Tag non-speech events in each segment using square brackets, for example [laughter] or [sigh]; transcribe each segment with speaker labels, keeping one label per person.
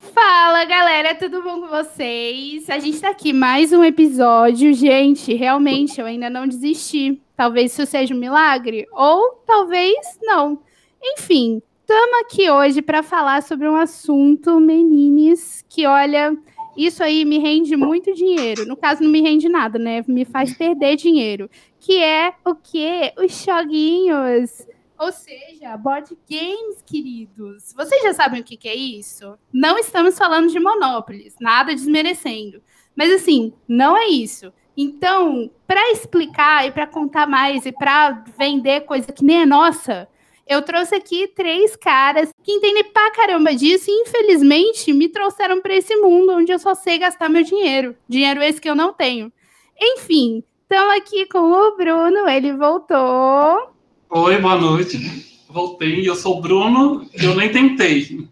Speaker 1: Fala galera, tudo bom com vocês? A gente tá aqui mais um episódio. Gente, realmente eu ainda não desisti. Talvez isso seja um milagre, ou talvez não. Enfim, estamos aqui hoje para falar sobre um assunto, menines, que olha, isso aí me rende muito dinheiro. No caso, não me rende nada, né? Me faz perder dinheiro. Que é o quê? Os joguinhos. Ou seja, board games, queridos. Vocês já sabem o que, que é isso? Não estamos falando de Monópolis, nada desmerecendo. Mas assim, não é isso. Então, para explicar e para contar mais e para vender coisa que nem é nossa, eu trouxe aqui três caras que entendem pra caramba disso e, infelizmente, me trouxeram para esse mundo onde eu só sei gastar meu dinheiro. Dinheiro esse que eu não tenho. Enfim, estamos aqui com o Bruno, ele voltou.
Speaker 2: Oi, boa noite. Voltei, eu sou o Bruno, eu nem tentei.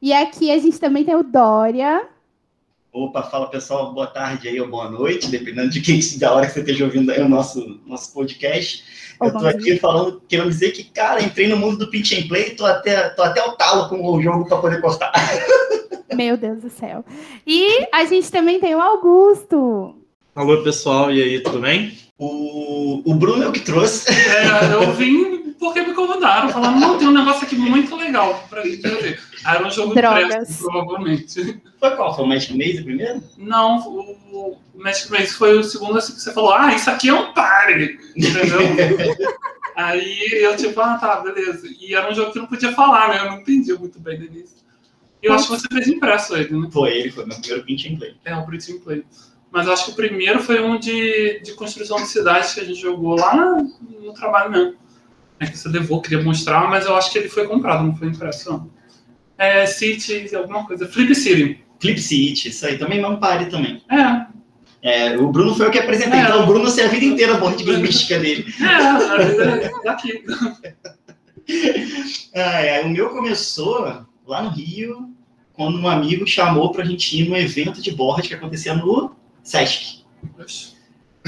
Speaker 1: E aqui a gente também tem o Dória.
Speaker 3: Opa, fala pessoal, boa tarde aí ou boa noite, dependendo de quem da hora que você esteja ouvindo aí o nosso, nosso podcast.
Speaker 1: Ô,
Speaker 3: eu tô
Speaker 1: bom
Speaker 3: aqui falando, querendo dizer que, cara, entrei no mundo do pitch and play, tô até, tô até o talo com o jogo pra poder cortar.
Speaker 1: Meu Deus do céu. E a gente também tem o Augusto.
Speaker 4: Alô, pessoal, e aí, tudo bem?
Speaker 3: O, o Bruno é o que trouxe. [laughs]
Speaker 2: É, eu vim porque me convidaram, falaram, não, tem um negócio aqui muito legal pra gente fazer. Ah, Era um jogo
Speaker 1: Drogas.
Speaker 2: impresso, provavelmente.
Speaker 3: Foi qual? Foi o Magic Maze primeiro?
Speaker 2: Não, o o Magic Race foi o segundo assim que você falou, ah, isso aqui é um party, entendeu? Aí eu tipo, ah, tá, beleza. E era um jogo que eu não podia falar, né? Eu não entendi muito bem no início. Eu acho que você fez impresso ele, né?
Speaker 3: Foi ele, foi meu primeiro pitch and play.
Speaker 2: É, um Pretty in Play. Mas eu acho que o primeiro foi um de, de construção de cidades que a gente jogou lá na- no trabalho mesmo. É que você levou, queria mostrar, mas eu acho que ele foi comprado, não foi impresso. não. É City, alguma coisa. Flip City.
Speaker 3: Flip City, isso aí também, não pare também.
Speaker 2: É, é,
Speaker 3: É, o Bruno foi o que apresentei,
Speaker 2: É.
Speaker 3: então o Bruno se a vida inteira a board game mística dele.
Speaker 2: às vezes é daqui.
Speaker 3: Ah, é, o meu começou lá no Rio, quando um amigo chamou pra gente ir num evento de board que acontecia no Sesc.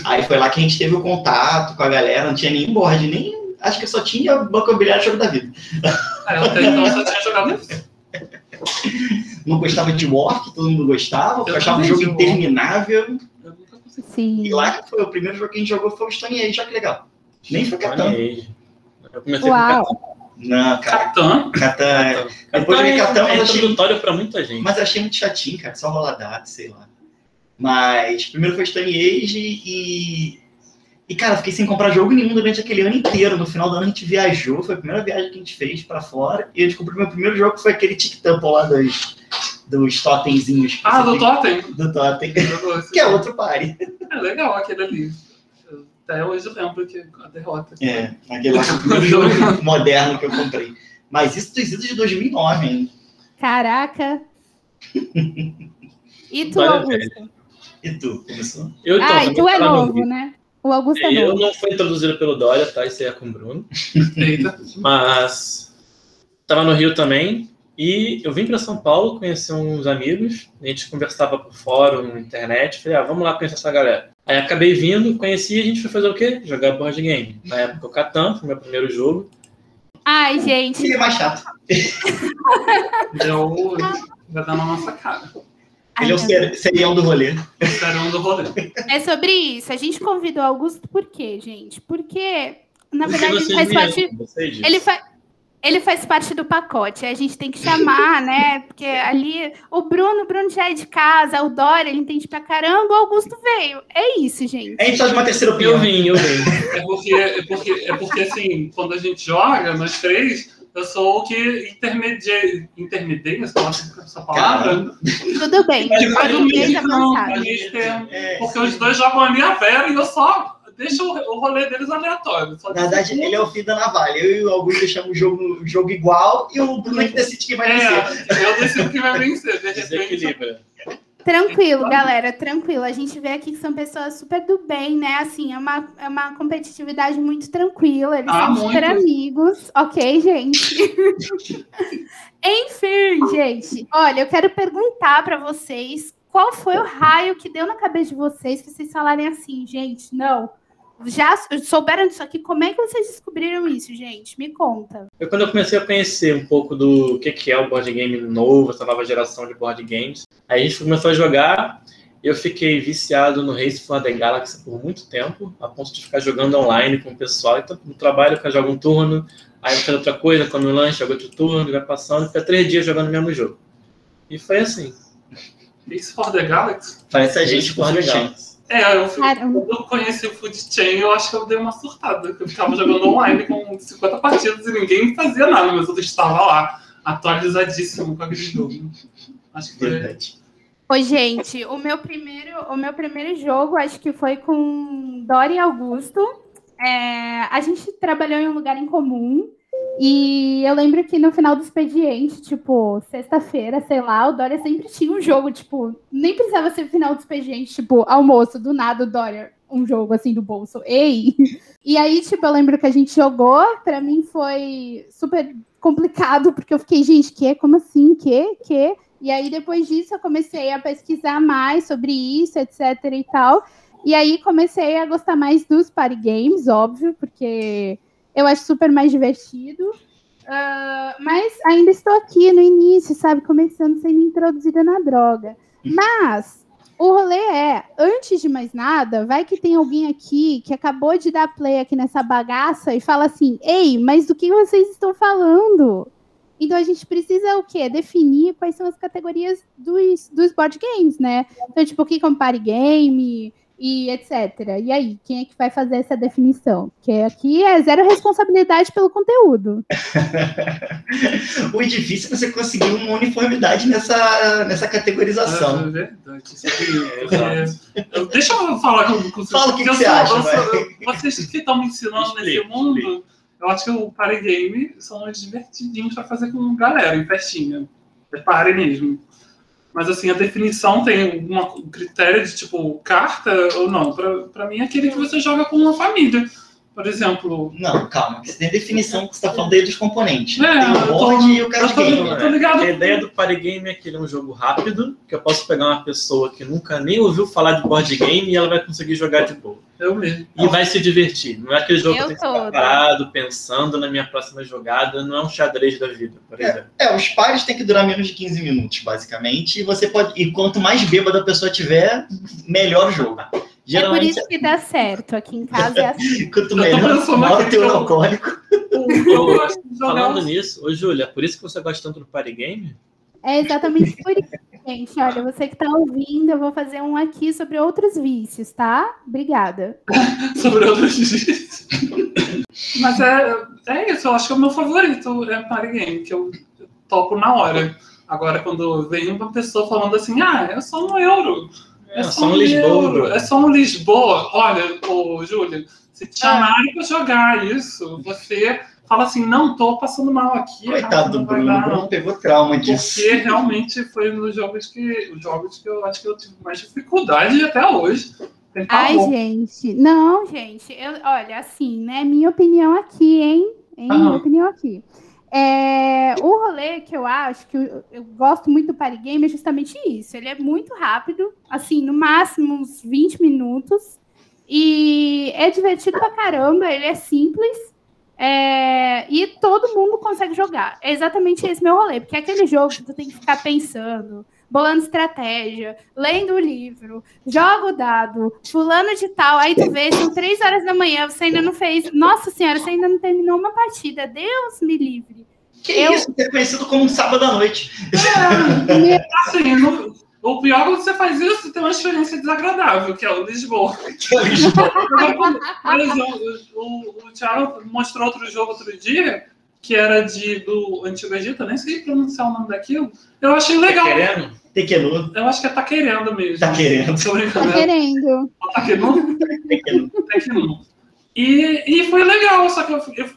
Speaker 3: Aí foi lá que a gente teve o contato com a galera, não tinha nenhum board, nem. Acho que só tinha Banco Imobiliário e Jogo da Vida.
Speaker 2: É, eu até então só tinha jogado isso.
Speaker 3: Não gostava de War, que todo mundo gostava,
Speaker 2: Eu
Speaker 3: eu achava um
Speaker 2: também
Speaker 3: jogo
Speaker 2: de War.
Speaker 3: interminável.
Speaker 2: Eu nunca consegui.
Speaker 1: Sim.
Speaker 3: E lá que foi o primeiro jogo que a gente jogou foi o Stone Age, olha que legal. Nem foi Catan.
Speaker 4: Olha aí. Eu comecei
Speaker 1: Uau.
Speaker 4: com
Speaker 3: Não, cara,
Speaker 2: Catan?
Speaker 3: Catan. é
Speaker 4: Catan.
Speaker 3: Depois de Catan,
Speaker 4: é
Speaker 3: mas achei,
Speaker 4: introdutório pra muita gente.
Speaker 3: mas achei muito chatinho, cara, só rolar dado, sei lá. Mas primeiro foi Stone Age e. E, cara, eu fiquei sem comprar jogo nenhum durante aquele ano inteiro. No final do ano a gente viajou, foi a primeira viagem que a gente fez pra fora. E eu descobri que meu primeiro jogo foi aquele tic tampo lá dos, dos totemzinhos. que
Speaker 2: Ah,
Speaker 3: você
Speaker 2: do
Speaker 3: fica-
Speaker 2: Totem.
Speaker 3: Do totem.
Speaker 2: Jogou esse
Speaker 3: [laughs] Que é
Speaker 2: jogo.
Speaker 3: outro pare.
Speaker 2: É legal aquele ali. Eu Até hoje eu lembro que a derrota.
Speaker 3: É,
Speaker 2: [laughs]
Speaker 3: aquele lá foi o primeiro jogo moderno que eu comprei. Mas isso tem sido de 2009, hein?
Speaker 1: Caraca. E tu,
Speaker 4: Dória
Speaker 1: Augusto?
Speaker 3: E tu, começou?
Speaker 4: Eu, então,
Speaker 1: ah, e tu é
Speaker 5: tá
Speaker 4: eu não-
Speaker 1: novo, né? O Augusto é
Speaker 4: Eu
Speaker 1: novo.
Speaker 4: não fui introduzido pelo Dória, tá? Isso aí é com o Bruno.
Speaker 2: Eita.
Speaker 4: Mas tava no Rio também. E eu vim pra São Paulo, conheci uns amigos. A gente conversava por fórum, internet. Falei, ah, vamos lá conhecer essa galera. Aí acabei vindo, conheci e a gente foi fazer o quê? Jogar board game. Na época, o Catan foi meu primeiro jogo.
Speaker 1: Ai, gente.
Speaker 3: Ele é mais chato.
Speaker 2: Deu. Vai dar na nossa cara.
Speaker 1: Ai,
Speaker 3: Ele é
Speaker 1: meu
Speaker 3: o ser- serião do rolê.
Speaker 2: Serão do rolê.
Speaker 1: É sobre isso. A gente convidou o Augusto por quê, gente? Porque, na
Speaker 4: Porque
Speaker 1: verdade, ele
Speaker 4: vocês
Speaker 1: faz
Speaker 4: me
Speaker 1: parte.
Speaker 4: amam, vocês dizem.
Speaker 1: Ele, fa- ele faz parte do pacote, a gente tem que chamar, né? Porque ali o Bruno, o Bruno já é de casa, o Dória, ele entende pra caramba, o Augusto veio. É isso, gente.
Speaker 3: A gente precisa de uma terceira
Speaker 4: Eu
Speaker 3: opinião.
Speaker 4: vim, eu vim.
Speaker 1: [laughs]
Speaker 2: É porque, é porque, é porque assim, quando a gente joga, nós três, eu sou o que intermediei. Intermediei essa palavra? é Essa palavra?
Speaker 1: Tudo bem.
Speaker 2: Ele faz o
Speaker 1: português
Speaker 2: mínimo, não.
Speaker 1: avançado.
Speaker 2: A gente tem.
Speaker 3: É,
Speaker 2: Porque os dois jogam a minha fera e eu só deixo o o rolê deles aleatório. Só
Speaker 3: Na verdade, ele é o fim da navalha. Eu e o Augusto deixamos o jogo, o jogo igual e o Bruno é que decide quem vai vencer.
Speaker 2: É, eu decido que vai vencer, de repente.
Speaker 4: Desequilibra.
Speaker 1: Tranquilo, galera, tranquilo. A gente vê aqui que são pessoas super do bem, né? Assim, é uma, é uma competitividade muito tranquila. Eles
Speaker 2: Ah,
Speaker 1: são super
Speaker 2: muito.
Speaker 1: amigos, ok,
Speaker 2: [laughs]
Speaker 1: gente? Enfim, gente. Olha, eu quero perguntar pra vocês qual foi o raio que deu na cabeça de vocês pra vocês falarem assim, gente, não. já souberam disso aqui? Como é que vocês descobriram isso, gente? Me conta.
Speaker 4: Eu, quando eu comecei a conhecer um pouco do que, que é o board game novo, essa nova geração de board games, aí a gente começou a jogar. Eu fiquei viciado no Race for the Galaxy por muito tempo, a ponto de ficar jogando online com o pessoal. Então, no trabalho, eu jogo um turno, aí eu faço outra coisa, come um lanche, jogo outro turno, vai passando, fica três dias jogando o mesmo jogo. E foi assim.
Speaker 2: Isso for the Galaxy?
Speaker 3: Parece a
Speaker 4: Race
Speaker 3: gente com
Speaker 4: for the
Speaker 3: os
Speaker 4: Galaxy.
Speaker 3: chains.
Speaker 2: É, eu, fui-
Speaker 1: Caramba.
Speaker 2: quando eu conheci o Food Chain, eu acho que eu dei uma surtada. que Eu ficava jogando online com 50 partidas e ninguém fazia nada, mas eu estava lá, atualizadíssimo com aquele jogo. Acho que foi.
Speaker 3: Verdade.
Speaker 1: Ô, gente, o meu primeiro, o meu primeiro jogo, acho que foi com Dori e Augusto. É, a gente trabalhou em um lugar em comum. E eu lembro que no final do expediente, tipo, sexta-feira, sei lá, o Dória sempre tinha um jogo, tipo, nem precisava ser final do expediente, tipo, almoço, do nada, o Dória, um jogo assim do bolso. Ei! [laughs] E aí, tipo, eu lembro que a gente jogou, pra mim foi super complicado, porque eu fiquei, gente, que? Como assim? Que? Que? E aí, depois disso, eu comecei a pesquisar mais sobre isso, etc e tal. E aí, comecei a gostar mais dos party games, óbvio, porque eu acho super mais divertido. Ah, mas ainda estou aqui no início, sabe? Começando sendo introduzida na droga. Mas o rolê é, antes de mais nada, vai que tem alguém aqui que acabou de dar play aqui nessa bagaça e fala assim: ei, mas do que vocês estão falando? Então a gente precisa o quê? Definir quais são as categorias dos, dos board games, né? Então, tipo, o que é um party game e etc. E aí, quem é que vai fazer essa definição? Porque aqui é zero responsabilidade pelo conteúdo. É
Speaker 3: O difícil é você conseguir uma uniformidade nessa, nessa
Speaker 2: Ah,
Speaker 3: categorização.
Speaker 2: é verdade. isso
Speaker 4: [laughs]
Speaker 2: aí,
Speaker 4: Exato.
Speaker 2: é, eu- Deixa eu falar com, com vocês.
Speaker 3: Fala o
Speaker 2: porque
Speaker 3: que que
Speaker 2: eu
Speaker 3: você
Speaker 2: sou-
Speaker 3: acha,
Speaker 2: eu sou- Vocês que estão me ensinando
Speaker 4: Explica,
Speaker 2: nesse mundo, eu acho que o party game são uns divertidinhos pra fazer com galera, em festinha. É party mesmo. Mas assim, a definição tem uma- um critério de tipo carta ou não? Pra, pra mim é aquele que você joga com uma família. Por exemplo.
Speaker 3: Não, calma. Você tem definição que você está falando aí dos componentes. né?
Speaker 2: É,
Speaker 3: tem
Speaker 2: eu
Speaker 3: o
Speaker 2: tô-
Speaker 3: board e o card
Speaker 2: eu tô-
Speaker 3: game. né?
Speaker 2: eu tô ligado.
Speaker 4: A ideia do party game é que ele é um jogo rápido, que eu posso pegar uma pessoa que nunca nem ouviu falar de board game e ela vai conseguir jogar de boa.
Speaker 2: Eu mesmo.
Speaker 4: E vai se divertir. Não é aquele jogo que
Speaker 1: Eu
Speaker 4: eu tenho que
Speaker 1: toda.
Speaker 4: ficar parado, pensando na minha próxima jogada. Não é um xadrez da vida, por exemplo.
Speaker 3: É, os pares têm que durar menos de 15 minutos, basicamente. E você pode. E quanto mais bêbada a pessoa tiver, melhor o jogo.
Speaker 1: É por
Speaker 3: Geralmente,
Speaker 1: isso que dá certo. Aqui em casa é assim.
Speaker 3: quanto
Speaker 2: Eu tô
Speaker 3: melhor,
Speaker 2: pensando
Speaker 3: maior o
Speaker 2: aqui,
Speaker 3: teu
Speaker 2: então.
Speaker 3: alcoólico.
Speaker 2: Eu gosto de jogar
Speaker 4: Falando nisso, ô Júlia, por isso que você gosta tanto do party game?
Speaker 1: É exatamente por isso, gente. Olha, você que tá ouvindo, eu vou fazer um aqui sobre outros vícios, tá? Obrigada.
Speaker 2: sobre outros dias. Mas é, é isso, eu acho que é o meu favorito é Party Game, que eu topo na hora. Agora, quando vem uma pessoa falando assim, ah, é só um euro. É, só um Lisboa.
Speaker 4: Ah,
Speaker 5: né?"
Speaker 4: Lisboa.
Speaker 2: É só um Lisboa. Olha, ô, Júlia, se te chamarem pra jogar isso, você fala assim, não, tô passando mal aqui. ah,
Speaker 3: Coitado do
Speaker 2: não vai
Speaker 3: Bruno. é O
Speaker 2: dar,
Speaker 3: Bruno
Speaker 2: não.
Speaker 3: pegou trauma disso.
Speaker 2: Porque realmente foi nos jogos que. Os jogos que eu acho que eu tive mais dificuldade até hoje. Tentar
Speaker 1: Ai,
Speaker 2: bom.
Speaker 1: gente. Não, gente. Eu, olha, assim, né? Minha opinião aqui, hein? hein
Speaker 2: Aham.
Speaker 1: Minha opinião aqui. É, o rolê que eu acho que eu, eu gosto muito do Party Game é justamente isso. Ele é muito rápido, assim, no máximo uns 20 minutos. E é divertido pra caramba, ele é simples. é, e todo mundo consegue jogar. É exatamente esse meu rolê, porque é aquele jogo que tu tem que ficar pensando, bolando estratégia, lendo o livro, joga o dado, fulano de tal, aí tu vê, são três horas da manhã, você ainda não fez. Nossa senhora, você ainda não terminou uma partida. Deus me livre.
Speaker 3: Que
Speaker 1: Eu-
Speaker 3: isso? Você é conhecido como um sábado à noite.
Speaker 2: Assim, no- o pior é quando você faz isso, tem uma experiência desagradável, que é o Lisboa. Agora, quando- [laughs] mas o, o, o Thiago mostrou outro jogo outro dia, que era de, do Antigo Egito, eu nem sei pronunciar o nome daquilo. Eu achei legal.
Speaker 4: Tá Querendo?
Speaker 3: Tequenu,
Speaker 2: Eu acho que é tá querendo mesmo.
Speaker 3: Tá Querendo. né,
Speaker 2: Tô brincando,
Speaker 1: Tá
Speaker 2: né?
Speaker 1: querendo.
Speaker 2: Tá querendo.
Speaker 3: Tequenu.
Speaker 2: até que não. E, e foi legal, só que eu, fui- eu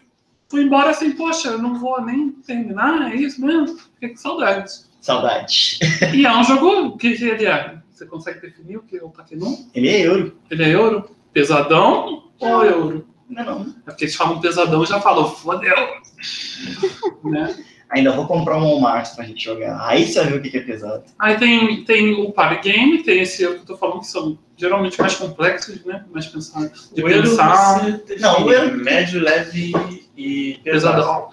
Speaker 2: fui embora assim, poxa, eu não vou nem terminar, é isso mesmo? Fiquei com saudade.
Speaker 3: Saudades.
Speaker 2: E é um jogo que, que ele é. Você consegue definir o que é o Paquinum?
Speaker 3: Ele é euro.
Speaker 2: Ele é euro? Pesadão ou euro?
Speaker 3: Não, é não.
Speaker 2: É porque eles falam pesadão e já falam, fodeu. [laughs] né?
Speaker 3: Ainda vou comprar um Walmart pra gente jogar. Aí você vai ver o que que é pesado.
Speaker 2: Aí tem, tem o Party Game, tem esse eu que eu tô falando que são geralmente mais complexos, né? Mais pensados. De
Speaker 5: O euro
Speaker 2: pensar.
Speaker 5: você define
Speaker 3: Não, o euro-
Speaker 5: médio, leve e pesado.
Speaker 2: Pesadão.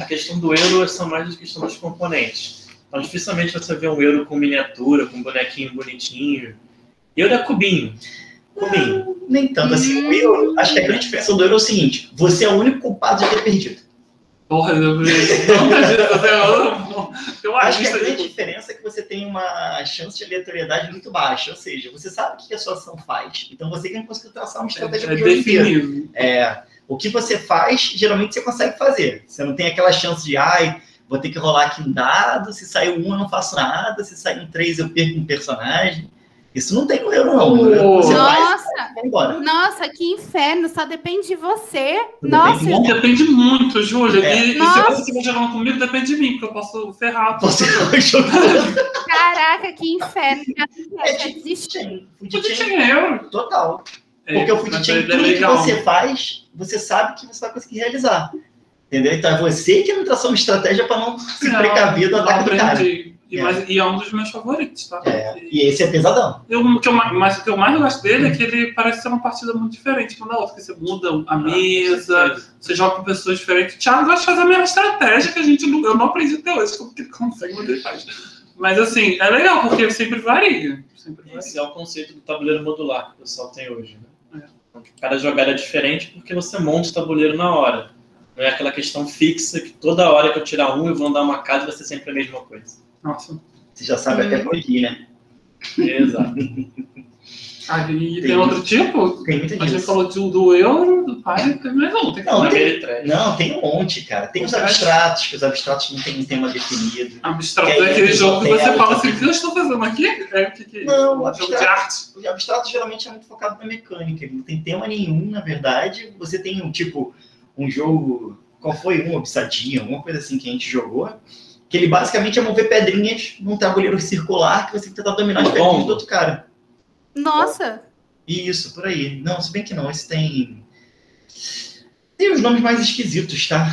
Speaker 5: A questão do euro são mais a questão dos componentes. Então, dificilmente você vê um euro com miniatura, com bonequinho bonitinho. Euro é cubinho. Cubinho.
Speaker 3: Nem tanto assim.
Speaker 2: Hum.
Speaker 3: O euro, acho que a grande diferença do euro é o seguinte: você é o único culpado de ter perdido.
Speaker 2: Porra, eu tantas vezes até eu- eu
Speaker 3: Eu acho que a
Speaker 2: arrisco
Speaker 3: grande
Speaker 2: de-
Speaker 3: diferença é que você tem uma chance de aleatoriedade muito baixa. Ou seja, você sabe o que a sua ação faz. Então você que não conseguiu traçar uma estratégia
Speaker 2: É
Speaker 3: pro jogo inteiro.
Speaker 2: definido.
Speaker 3: É, o que você faz, geralmente você consegue fazer. Você não tem aquela chance de, ai, vou ter que rolar aqui um dado, se sair um eu não faço nada, se sair um três eu perco um personagem. Isso não tem no euro, não. No euro
Speaker 2: Oh.
Speaker 3: você faz
Speaker 1: Nossa,
Speaker 3: e vai embora.
Speaker 1: nossa, que inferno, só depende de você.
Speaker 3: Tudo
Speaker 1: Nossa,
Speaker 3: bem?
Speaker 2: Bom, Depende muito, Júlia.
Speaker 3: É.
Speaker 2: E, e se
Speaker 1: Nossa.
Speaker 2: você estiver jogando comigo, depende de mim, porque eu posso ferrar.
Speaker 3: Você vai jogando.
Speaker 1: caraca, que inferno.
Speaker 3: É
Speaker 1: Já
Speaker 3: tipo
Speaker 1: desisti.
Speaker 3: Food
Speaker 2: Tudo é
Speaker 3: chain
Speaker 2: dinheiro.
Speaker 3: total.
Speaker 2: É,
Speaker 3: Porque o food chain, tudo que você faz, você sabe que você vai conseguir realizar. Entendeu? Então é você que não traçou uma estratégia para não se precaver do ataque do cara.
Speaker 2: É, aprendi. E,
Speaker 3: É.
Speaker 2: mas- e é um dos meus favoritos, tá?
Speaker 3: É, e esse é pesadão.
Speaker 2: Eu, o que eu, ma- mas o que eu mais gosto
Speaker 3: Uhum.
Speaker 2: dele é que ele parece ser uma partida muito diferente uma da outra, que você muda
Speaker 3: Ah,
Speaker 5: Ah,
Speaker 2: a mesa, você joga com pessoas diferentes. O Thiago gosta de fazer a mesma estratégia que a gente não, eu não aprendi até hoje, como que ele consegue mudar ele faz. Mas assim, é legal, porque sempre varia. Sempre varia.
Speaker 5: Esse é o conceito do tabuleiro modular que o pessoal tem hoje. Né?
Speaker 2: É.
Speaker 5: Então, Cada jogada é diferente porque você monta o tabuleiro na hora. Não é aquela questão fixa que toda hora que eu tirar um eu vou andar uma casa vai ser sempre a mesma coisa.
Speaker 2: Nossa.
Speaker 3: Você já sabe até por quê, né?
Speaker 5: [laughs] Exato.
Speaker 2: Aí tem
Speaker 3: Tem
Speaker 2: outro tipo?
Speaker 3: Tem muita
Speaker 2: A gente
Speaker 3: disso.
Speaker 2: falou do, do euro, do pai, tem mais um. Tem que
Speaker 3: Não,
Speaker 2: falar.
Speaker 3: tem-
Speaker 5: Primeiro e trash.
Speaker 3: Não, tem um monte, cara. Tem os abstratos, que os abstratos não tem um tema definido.
Speaker 2: Abstrato
Speaker 3: Que aí
Speaker 2: é aquele
Speaker 3: entra o
Speaker 2: jogo que você
Speaker 3: hotel,
Speaker 2: fala
Speaker 3: tá
Speaker 2: assim, o
Speaker 3: tudo.
Speaker 2: que eu estou fazendo aqui? É o que, que é
Speaker 3: Não,
Speaker 2: isso? Um jogo de
Speaker 3: abstrato.
Speaker 2: arte.
Speaker 3: O abstrato geralmente é muito focado na mecânica, ele não tem tema nenhum, na verdade. Você tem um tipo, um jogo. Qual foi? Um obsadinho, alguma coisa assim que a gente jogou. Que ele basicamente é mover pedrinhas num tabuleiro circular que você tem que tentar dominar
Speaker 2: Tá
Speaker 3: as
Speaker 5: Bom.
Speaker 3: pedrinhas do outro cara.
Speaker 1: Nossa,
Speaker 3: Isso, por aí. Não, se bem que não, esse tem. Tem os nomes mais esquisitos, tá?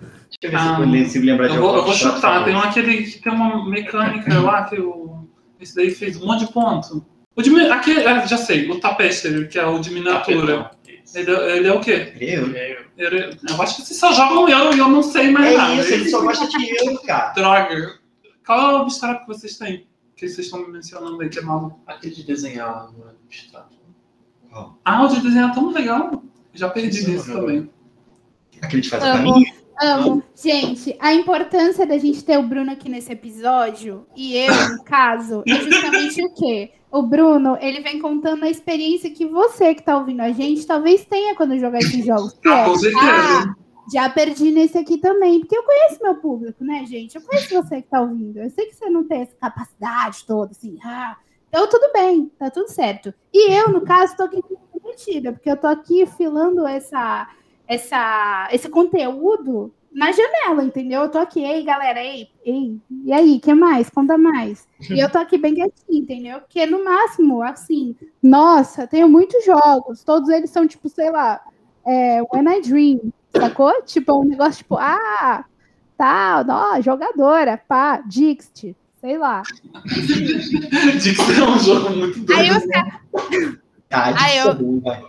Speaker 3: Deixa eu ver se, eu
Speaker 2: Ah,
Speaker 3: vou lem- se eu lembrar de
Speaker 2: Eu vou, eu
Speaker 3: algum
Speaker 2: vou
Speaker 3: abstrato,
Speaker 2: chutar,
Speaker 3: por
Speaker 2: tem um
Speaker 3: favor.
Speaker 2: aquele que tem uma mecânica lá que o. Esse daí fez um monte de ponto. O de, mi- aqui, é, já sei, o tapete, que é o de miniatura.
Speaker 5: Isso.
Speaker 2: Ele, é- ele é o quê?
Speaker 3: Eu?
Speaker 2: Ele- eu acho que vocês só jogam eu e eu não sei mais nada.
Speaker 3: É isso, ele só gosta de euro, cara.
Speaker 2: Droga. Qual é o obstáculo que vocês têm? Que vocês estão me mencionando aí, que é maluco.
Speaker 5: Aquele de desenhar não é abstrato.
Speaker 2: Ah, o de desenhar é tão legal. Já perdi
Speaker 5: Sim,
Speaker 2: nisso
Speaker 5: meu
Speaker 2: também.
Speaker 3: Aquele de fazer
Speaker 1: Amo.
Speaker 3: caminho?
Speaker 1: amo. Gente, a importância da gente ter o Bruno aqui nesse episódio, e eu, no caso, é justamente o quê? O Bruno, ele vem contando a experiência que você que tá ouvindo a gente talvez tenha quando jogar esses jogos. que
Speaker 2: Ah,
Speaker 1: é,
Speaker 2: com [laughs] certeza.
Speaker 1: ah, já perdi nesse aqui também, porque eu conheço meu público, né, gente? Eu conheço você que tá ouvindo. Eu sei que você não tem essa capacidade toda, assim. Ah, então tudo bem, tá tudo certo. E eu, no caso, tô aqui comprometida, porque eu tô aqui filando essa, essa, esse conteúdo na janela, entendeu? Eu tô aqui, ei, galera, ei, ei, e aí, que mais? Conta mais. E eu tô aqui bem quietinha, entendeu? Porque no máximo, assim, nossa, tenho muitos jogos, todos eles são tipo, sei lá, é, When I Dream, sacou? Tipo, é um negócio tipo, ah, tal, ó, jogadora, pá, Dixit, sei lá.
Speaker 2: Dixon é um jogo muito doido.
Speaker 1: Aí eu
Speaker 3: Tá, de
Speaker 1: Ah, eu-
Speaker 3: sabor, vai.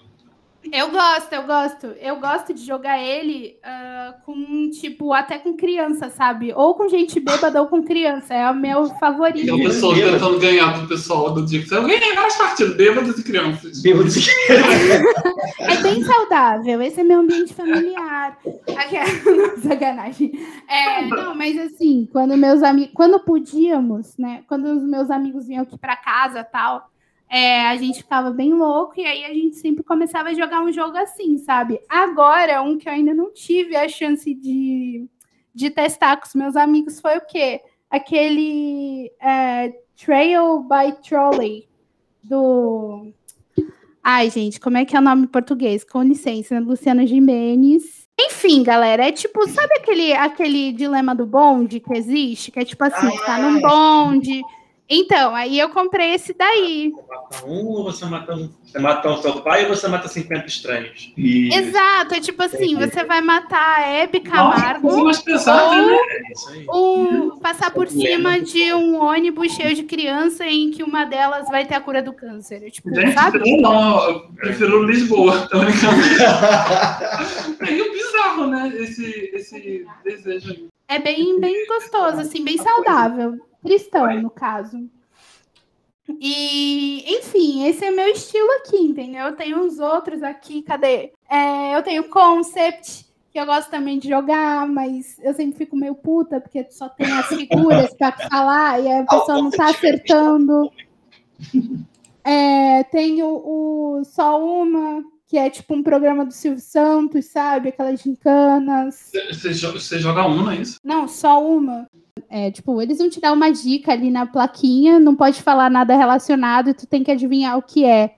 Speaker 1: Eu gosto, eu gosto. Eu gosto de jogar ele ah, com, tipo, até com criança, sabe? Ou com gente bêbada ou com criança. É o meu
Speaker 2: Tem
Speaker 1: favorito.
Speaker 2: uma pessoa
Speaker 3: Bêbado.
Speaker 2: tentando ganhar do pessoal do Dixon. Eu ganhei várias partidas, bêbados e crianças.
Speaker 3: Bêbado de-
Speaker 1: É bem saudável. Esse é meu ambiente familiar. Aqui, não, [laughs] sacanagem. É, não, mas assim, quando meus amigos. Quando podíamos, né? Quando os meus amigos vinham aqui pra casa tal. é, a gente ficava bem louco e aí a gente sempre começava a jogar um jogo assim, sabe? Agora, um que eu ainda não tive a chance de, de testar com os meus amigos foi o quê? Aquele é, Trail by Trolley do Ai, gente, como é que é o nome em português? Com licença, Luciana Jimenez. Enfim, galera, é tipo, sabe aquele, aquele dilema do bonde que existe? Que é tipo assim,
Speaker 3: Ah,
Speaker 1: tu tá num bonde, Então, aí eu comprei esse daí.
Speaker 5: Você mata um ou você mata um? Você mata o seu pai ou você mata 50 estranhos?
Speaker 3: Isso.
Speaker 1: Exato, é tipo assim, você vai matar a Hebe
Speaker 2: Nossa,
Speaker 1: Camargo
Speaker 2: mais pesado,
Speaker 1: ou-
Speaker 2: né?
Speaker 5: É isso aí.
Speaker 1: ou passar por
Speaker 5: Problema.
Speaker 1: cima de um ônibus cheio de criança em que uma delas vai ter a cura do câncer. Eu, tipo,
Speaker 2: Gente,
Speaker 1: sabe?
Speaker 2: pelo não, eu prefiro Lisboa, tô
Speaker 3: [laughs]
Speaker 2: brincando. Meio bizarro, né? Esse, esse desejo aí.
Speaker 1: É bem, bem gostoso, assim, bem saudável. Cristão, no caso. E, enfim, esse é meu estilo aqui, entendeu? Eu tenho uns outros aqui, cadê? É, eu tenho Concept, que eu gosto também de jogar, mas eu sempre fico meio puta, porque só tem as figuras pra falar, e aí a pessoa não tá acertando. É, tenho o Só Uma, que é tipo um programa do Silvio Santos, sabe? Aquelas gincanas.
Speaker 2: Você, jo- você joga um, não é isso?
Speaker 1: Não, só uma. É, tipo, eles vão te dar uma dica ali na plaquinha, não pode falar nada relacionado e tu tem que adivinhar o que é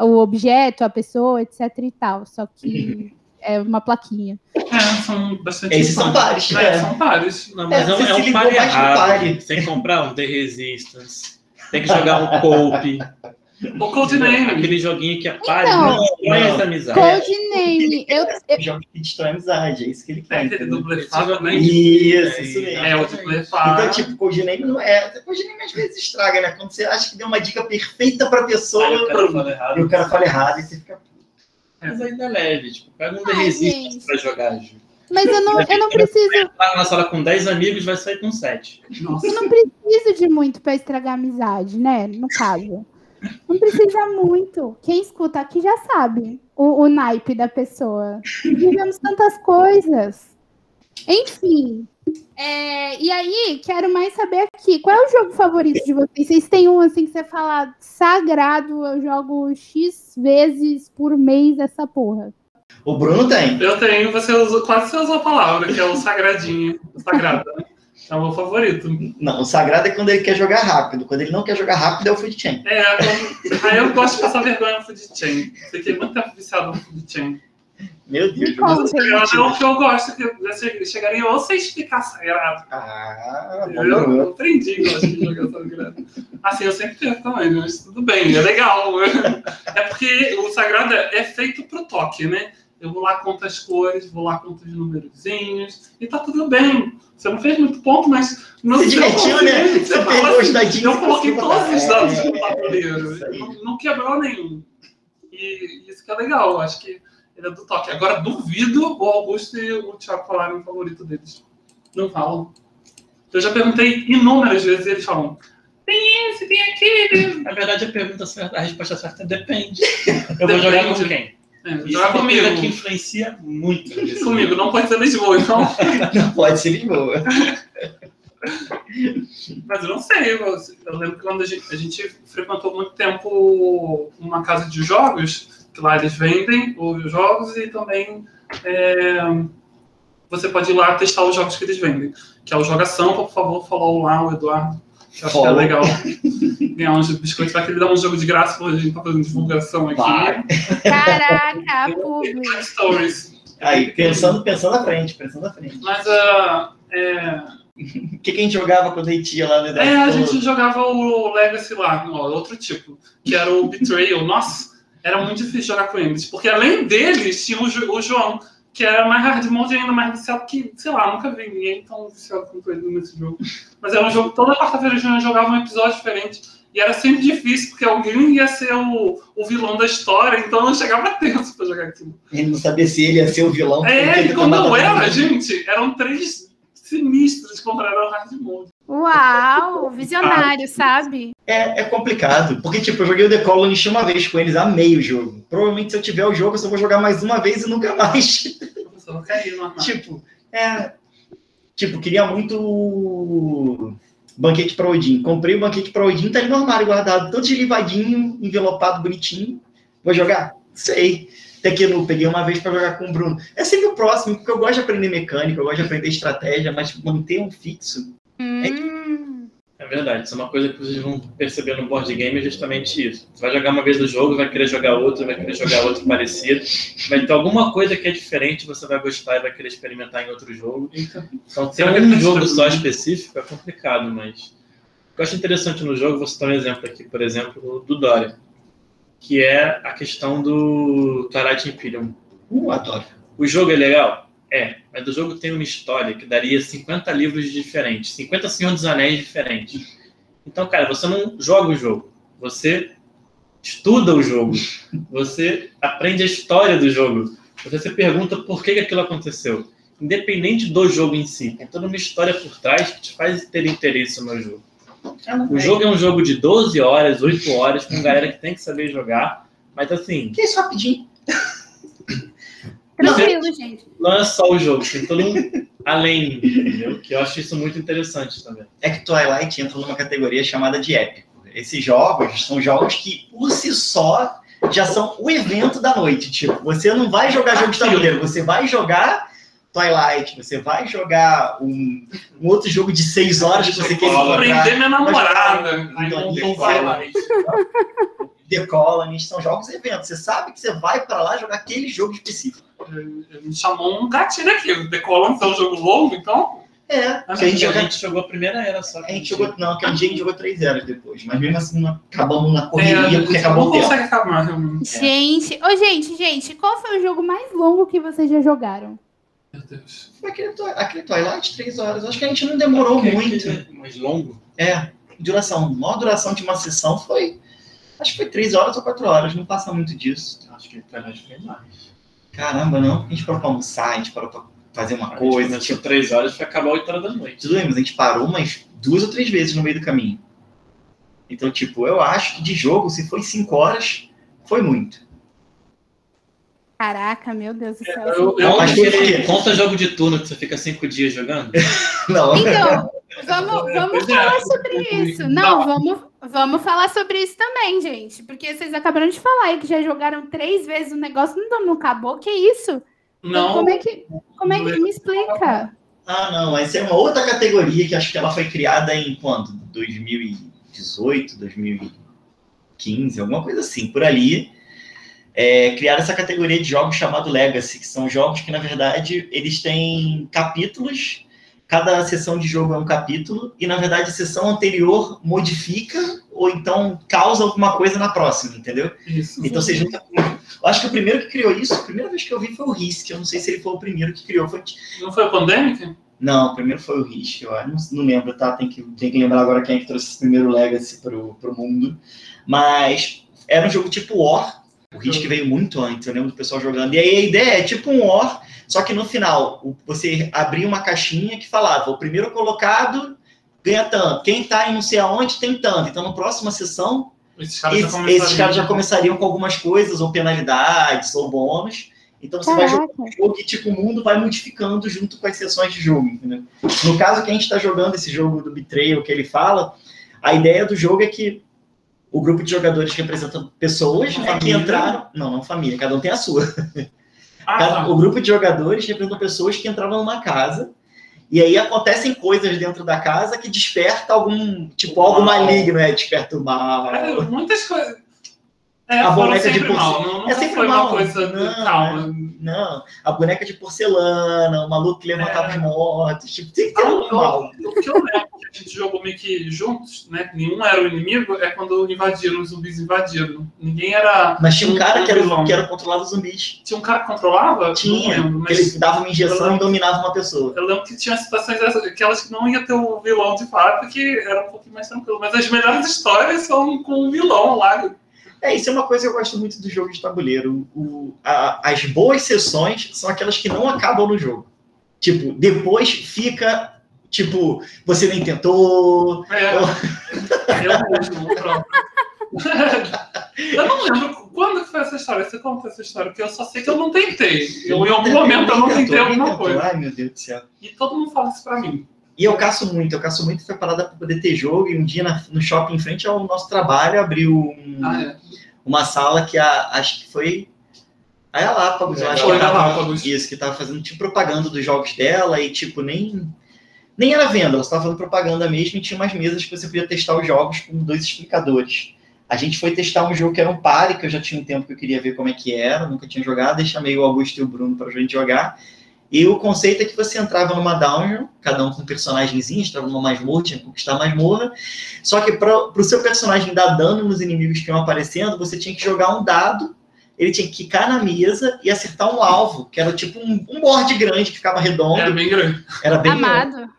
Speaker 1: o objeto, a pessoa, etc e tal. Só que é uma plaquinha.
Speaker 2: É, são bastante.
Speaker 3: Esses são pares,
Speaker 2: É,
Speaker 3: né?
Speaker 2: são pares.
Speaker 5: Não, mas
Speaker 3: É,
Speaker 5: é, um,
Speaker 3: você
Speaker 5: é
Speaker 3: se
Speaker 5: um
Speaker 3: ligou
Speaker 5: par
Speaker 3: mais no pare.
Speaker 5: errado. Tem que comprar um The Resistance. Tem que jogar um Cope.
Speaker 3: É.
Speaker 2: O Code Name.
Speaker 5: Aquele joguinho que é par
Speaker 1: Então.
Speaker 5: não destrói
Speaker 3: Não.
Speaker 5: essa amizade.
Speaker 1: Codename. Eu, eu,
Speaker 3: Jogos É um que destroem amizade, é isso que ele
Speaker 2: É
Speaker 3: quer.
Speaker 2: aquele
Speaker 3: entendeu?
Speaker 2: do blefado, né?
Speaker 3: Isso, isso mesmo.
Speaker 2: É, o de blefado.
Speaker 3: Então, tipo, Codename não é. Codename às vezes estraga, né? Quando você acha que deu uma dica perfeita pra pessoa
Speaker 5: Aí o cara fala errado.
Speaker 3: e o cara fala errado e você fica.
Speaker 5: Mas ainda é leve, tipo, pega um The
Speaker 1: Ai,
Speaker 5: Resistance
Speaker 1: gente.
Speaker 5: pra jogar. Ju.
Speaker 1: mas eu não, eu não preciso,
Speaker 5: Tá na sala com 10 amigos, vai sair com 7.
Speaker 2: Nossa.
Speaker 1: eu não preciso de muito pra estragar a amizade, né? No caso. Não precisa muito. Quem escuta aqui já sabe o, o naipe da pessoa. Vivemos tantas coisas. Enfim. É, e aí, quero mais saber aqui, qual é o jogo favorito de vocês? Vocês têm um assim que você fala sagrado, eu jogo X vezes por mês essa porra.
Speaker 3: O Bruno tem.
Speaker 2: Eu tenho, você usou, quase você usou a palavra, que é o sagradinho, o sagrado. né? É o meu favorito.
Speaker 3: Não, o sagrado é quando ele quer jogar rápido. Quando ele não quer jogar rápido, é o Food Chain.
Speaker 2: É, eu- aí eu gosto de passar vergonha no food chain. Fiquei muito viciado no food chain.
Speaker 3: Meu Deus,
Speaker 1: Me
Speaker 3: Bruno.
Speaker 1: conta.
Speaker 2: Eu acho que é o que eu gosto, que eu chegaria ou você explicar sagrado.
Speaker 3: Ah, bom,
Speaker 2: Eu
Speaker 3: Bruno.
Speaker 2: eu aprendi que eu gosto de jogar sagrado. Assim, eu sempre perco também, mas tudo bem, é legal. [laughs] É porque o sagrado é é feito pro toque, né? Eu vou lá, conto as cores, vou lá, conto os numerozinhos, e tá tudo bem. Você não fez muito ponto, mas... não
Speaker 3: Se divertiu, né? Você pegou os dadinhos.
Speaker 2: assim, eu coloquei
Speaker 3: você
Speaker 2: todos os
Speaker 3: botou.
Speaker 2: dados
Speaker 3: É,
Speaker 2: no tabuleiro.
Speaker 3: isso aí.
Speaker 2: Não, não quebrou nenhum. E isso que é legal, eu acho que ele é do toque. Agora duvido o Augusto e o Thiago falarem o favorito deles. Não falam. Eu já perguntei inúmeras vezes e eles falam: tem esse, tem aquele.
Speaker 5: Na verdade, a pergunta certa, a resposta certa
Speaker 2: [laughs]
Speaker 5: é depende. Eu vou jogar com
Speaker 2: Depende.
Speaker 5: quem?
Speaker 2: É,
Speaker 5: Isso
Speaker 2: joga
Speaker 5: é uma coisa que
Speaker 2: comigo.
Speaker 5: influencia muito.
Speaker 2: Isso comigo, não pode ser Lisboa, então.
Speaker 3: Não pode ser Lisboa.
Speaker 2: Mas eu não sei, eu, eu lembro que quando a gente, a gente frequentou muito tempo uma casa de jogos, que lá eles vendem os jogos e também é, você pode ir lá testar os jogos que eles vendem. Que é o Jogação, por favor, falou lá o Eduardo, que eu acho que
Speaker 3: Falou.
Speaker 2: é legal. Ganhar uns biscoitos, vai que ele dá um jogo de graça, porque a gente tá fazendo divulgação
Speaker 3: Vai.
Speaker 2: aqui.
Speaker 1: Caraca, público.
Speaker 2: Stories.
Speaker 3: Aí, pensando, pensando à frente, pensando à frente.
Speaker 2: Mas ah, é,
Speaker 3: O que, que a gente jogava quando a gente ia lá no
Speaker 2: É, a
Speaker 3: Dark
Speaker 2: gente
Speaker 3: Souls?
Speaker 2: jogava o Legacy lá, ó, outro tipo, que era o Betrayal. Nossa, era muito difícil jogar com eles, porque além deles tinha o, Jo- o João, que era mais hard mode ainda, mais viciado que, sei lá, nunca vi ninguém tão viciado quanto ele nesse jogo. Mas era um jogo, toda quarta-feira a gente jogava um episódio diferente, e era sempre difícil, porque alguém ia ser o, o vilão da história, então eu não chegava tenso pra jogar aquilo.
Speaker 3: Ele não sabia se ele ia ser o vilão. porque
Speaker 2: É,
Speaker 3: ele
Speaker 2: e quando eu
Speaker 3: matava todo
Speaker 2: era,
Speaker 3: mundo.
Speaker 2: gente, eram três sinistros contra era o hard mode.
Speaker 1: Uau, visionário, sabe?
Speaker 3: É, é complicado. Porque, tipo, eu joguei o The Colonist uma vez com eles, amei o jogo. Provavelmente, se eu tiver o jogo, eu só vou jogar mais uma vez e nunca [laughs] mais.
Speaker 2: Eu pensava, caiu no armário.
Speaker 3: [laughs] tipo, é. Tipo, queria muito o banquete para Odin. Comprei o banquete para Odin, tá ali no armário guardado, todo livadinho, envelopado, bonitinho. Vou jogar? Sei. Até que eu não peguei uma vez para jogar com o Bruno. É sempre o próximo, porque eu gosto de aprender mecânica, eu gosto de aprender estratégia, mas manter um fixo.
Speaker 1: Hum,
Speaker 5: É verdade, isso é uma coisa que vocês vão perceber no board game, é justamente isso. Você vai jogar uma vez o jogo, vai querer jogar outro, vai querer jogar outro parecido, vai ter alguma coisa que é diferente, você vai gostar e vai querer experimentar em outro jogo.
Speaker 2: Então,
Speaker 5: Então, ter
Speaker 2: Será que
Speaker 5: um
Speaker 2: é
Speaker 5: jogo
Speaker 2: preciso?
Speaker 5: só específico é complicado, mas que eu acho interessante no jogo, vou citar um exemplo aqui, por exemplo, do Dória, que é a questão do Twilight Imperium.
Speaker 3: Uh, adoro.
Speaker 5: O jogo é legal? É, mas o jogo tem uma história que daria 50 livros diferentes, 50 Senhor dos Anéis diferentes. Então, cara, você não joga o jogo, você estuda o jogo, você aprende a história do jogo, você se pergunta por que, que aquilo aconteceu, independente do jogo em si. Tem toda uma história por trás que te faz ter interesse no jogo. O jogo é um jogo de 12 horas, 8 horas, com galera que tem que saber jogar, mas assim,
Speaker 3: Que é só pedir.
Speaker 1: Tranquilo, gente.
Speaker 5: não é só o jogo,
Speaker 3: [laughs]
Speaker 5: tem todo um além, entendeu? Que eu acho isso muito interessante também.
Speaker 3: é que Twilight entra numa categoria chamada de épico. Esses jogos são jogos que, por si só, já são o evento da noite. Tipo, você não vai jogar jogo de tabuleiro, você vai jogar Twilight, você vai jogar um, um outro jogo de seis horas que você quer
Speaker 2: Vou prender
Speaker 3: jogar.
Speaker 2: minha namorada. Aí
Speaker 3: Então,
Speaker 2: não, não
Speaker 3: decola.
Speaker 2: vai mais.
Speaker 3: The Colony, são jogos eventos. Você sabe que você vai pra lá jogar aquele jogo específico.
Speaker 2: Me chamou um gatilho aqui. Decola então é um jogo longo, então.
Speaker 3: É,
Speaker 5: A
Speaker 3: que a gente
Speaker 5: gente, a
Speaker 3: joga
Speaker 5: gente jogou a primeira era só.
Speaker 3: A gente jogou, não, aquele dia a gente jogou três horas depois, mas mesmo assim não acabamos na correria
Speaker 2: é,
Speaker 3: porque
Speaker 2: não
Speaker 3: acabou o tempo.
Speaker 2: consegue acabar, realmente.
Speaker 1: Gente, ô gente, gente, qual foi o jogo mais longo que vocês já jogaram?
Speaker 2: Meu Deus.
Speaker 3: Foi Aquele, Twi- aquele Twilight, três horas, acho que a gente não demorou muito.
Speaker 5: Mais longo.
Speaker 3: É, duração, a maior duração de uma sessão foi, acho que foi três horas ou quatro horas, não passa muito disso.
Speaker 5: Acho que foi mais.
Speaker 3: Caramba, não, a gente parou pra almoçar, a gente parou pra fazer uma coisa, tipo,
Speaker 5: Tinha três horas pra acabar 8 horas da noite.
Speaker 3: tudo bem, mas a gente parou umas duas ou três vezes no meio do caminho. Então, tipo, eu acho que de jogo, se foi cinco horas, foi muito. [laughs]
Speaker 1: Caraca, meu Deus do céu.
Speaker 2: Eu, eu,
Speaker 5: Conta,
Speaker 3: mas por
Speaker 5: aquele-
Speaker 3: quê?
Speaker 5: conta jogo de turno que você fica cinco dias jogando.
Speaker 3: Não,
Speaker 1: Então, vamos, vamos
Speaker 2: Pois é.
Speaker 1: falar sobre isso. Não,
Speaker 2: Não.
Speaker 1: vamos, vamos falar sobre isso também, gente. Porque vocês acabaram de falar aí que já jogaram três vezes o negócio, não, não acabou, que isso?
Speaker 2: não,
Speaker 1: Como é que, como é que me explica?
Speaker 3: Ah, não, essa é uma outra categoria que acho que ela foi criada em quando? 2018, 2015, alguma coisa assim, por ali. É, criaram essa categoria de jogos chamado Legacy, que são jogos que, na verdade, eles têm capítulos. Cada sessão de jogo é um capítulo, e na verdade a sessão anterior modifica ou então causa alguma coisa na próxima, entendeu?
Speaker 2: isso.
Speaker 3: Então você junta. Eu acho que o primeiro que criou isso, a primeira vez que eu vi foi o Risk. Eu não sei se ele foi o primeiro que criou, foi
Speaker 2: Não foi a pandêmica?
Speaker 3: não, o primeiro foi o Rich, eu não, não lembro, tá? Tem que, tem que lembrar agora quem é que trouxe esse primeiro Legacy pro, pro mundo. Mas era um jogo tipo War. O Risk veio muito antes, eu lembro do pessoal jogando. E aí a ideia é tipo um War, só que no final o- você abria uma caixinha que falava: o primeiro colocado ganha tanto, quem tá em não sei aonde tem tanto. Então na próxima sessão
Speaker 2: Esses caras já
Speaker 3: esses,
Speaker 2: começaram.
Speaker 3: esses caras já começariam com algumas coisas, ou penalidades, ou bônus. Então você vai jogando um jogo e tipo, o mundo vai modificando junto com as sessões de jogo. Entendeu? No caso que a gente está jogando esse jogo do Betrayal que ele fala, a ideia do jogo é que o grupo de jogadores representa pessoas
Speaker 2: Uma
Speaker 3: né, que
Speaker 2: é família.
Speaker 3: entraram. Não, não família, cada um tem a sua.
Speaker 2: Ah,
Speaker 3: Cada-
Speaker 2: tá.
Speaker 3: o grupo de jogadores representa pessoas que entraram numa casa e aí acontecem coisas dentro da casa que desperta algum tipo algo
Speaker 2: Mal.
Speaker 3: maligno, é desperta o mal.
Speaker 2: Cara, muitas coisas. É,
Speaker 3: A
Speaker 2: foram
Speaker 3: boneca de
Speaker 2: sempre
Speaker 3: porce-
Speaker 2: mal. Não, nunca
Speaker 3: É sempre
Speaker 2: foi
Speaker 3: mal.
Speaker 2: uma coisa
Speaker 3: Não, né?
Speaker 2: calma.
Speaker 3: Não, a boneca de porcelana, o maluco que levantava
Speaker 2: É.
Speaker 3: os mortos, tipo, tem que ter
Speaker 2: Ah,
Speaker 3: um
Speaker 2: eu-
Speaker 3: mal.
Speaker 2: O que eu lembro é que a gente jogou meio que juntos, né? Nenhum era o inimigo, é quando invadiram, os zumbis invadiram. Ninguém era.
Speaker 3: Mas tinha um cara que era,
Speaker 2: vilão.
Speaker 3: que era controlado zumbis.
Speaker 2: Tinha um cara que controlava?
Speaker 3: Tinha,
Speaker 2: Não lembro,
Speaker 3: que
Speaker 2: mas.
Speaker 3: ele dava uma injeção e dominava uma pessoa.
Speaker 2: Eu lembro que tinha situações dessas, aquelas que não ia ter o vilão de fato, que era um pouquinho mais tranquilo. Mas as melhores histórias são com o vilão lá.
Speaker 3: É, isso é uma coisa que eu gosto muito do jogo de tabuleiro. O- a- as boas sessões são aquelas que não acabam no jogo. Tipo, depois fica, tipo, você nem tentou.
Speaker 2: É, eu mesmo, pronto. [laughs] Eu não lembro quando que foi essa história. Você conta essa história, porque eu só sei que eu não tentei. Eu, em algum momento eu não
Speaker 3: Nem
Speaker 2: tentei
Speaker 3: tentou, nem
Speaker 2: alguma
Speaker 3: tentou.
Speaker 2: coisa.
Speaker 3: Ai, meu Deus do céu.
Speaker 2: E todo mundo fala isso pra mim.
Speaker 3: E eu caço muito, eu caço muito essa parada pra poder ter jogo. E um dia na- no shopping em frente ao nosso trabalho abriu um,
Speaker 2: Ah, é.
Speaker 3: uma sala que a, acho que foi a Galápagos, eu acho
Speaker 2: É, Foi
Speaker 3: que tava,
Speaker 2: Galápagos.
Speaker 3: Isso, que tava fazendo tipo propaganda dos jogos dela e tipo, nem. Nem era venda, ela só tava fazendo propaganda mesmo e tinha umas mesas que você podia testar os jogos com dois explicadores. A gente foi testar um jogo que era um pare, que eu já tinha um tempo que eu queria ver como é que era, nunca tinha jogado, deixar meio o Augusto e o Bruno pra gente jogar. E o conceito é que você entrava numa dungeon, cada um com um personagemzinho, entrava numa masmorra, tinha que conquistar a masmorra. Só que para o seu personagem dar dano nos inimigos que iam aparecendo, você tinha que jogar um dado, ele tinha que quicar na mesa e acertar um alvo, que era tipo um, um board grande que ficava redondo.
Speaker 2: Era É bem grande.
Speaker 3: Era bem grande.
Speaker 1: Amado.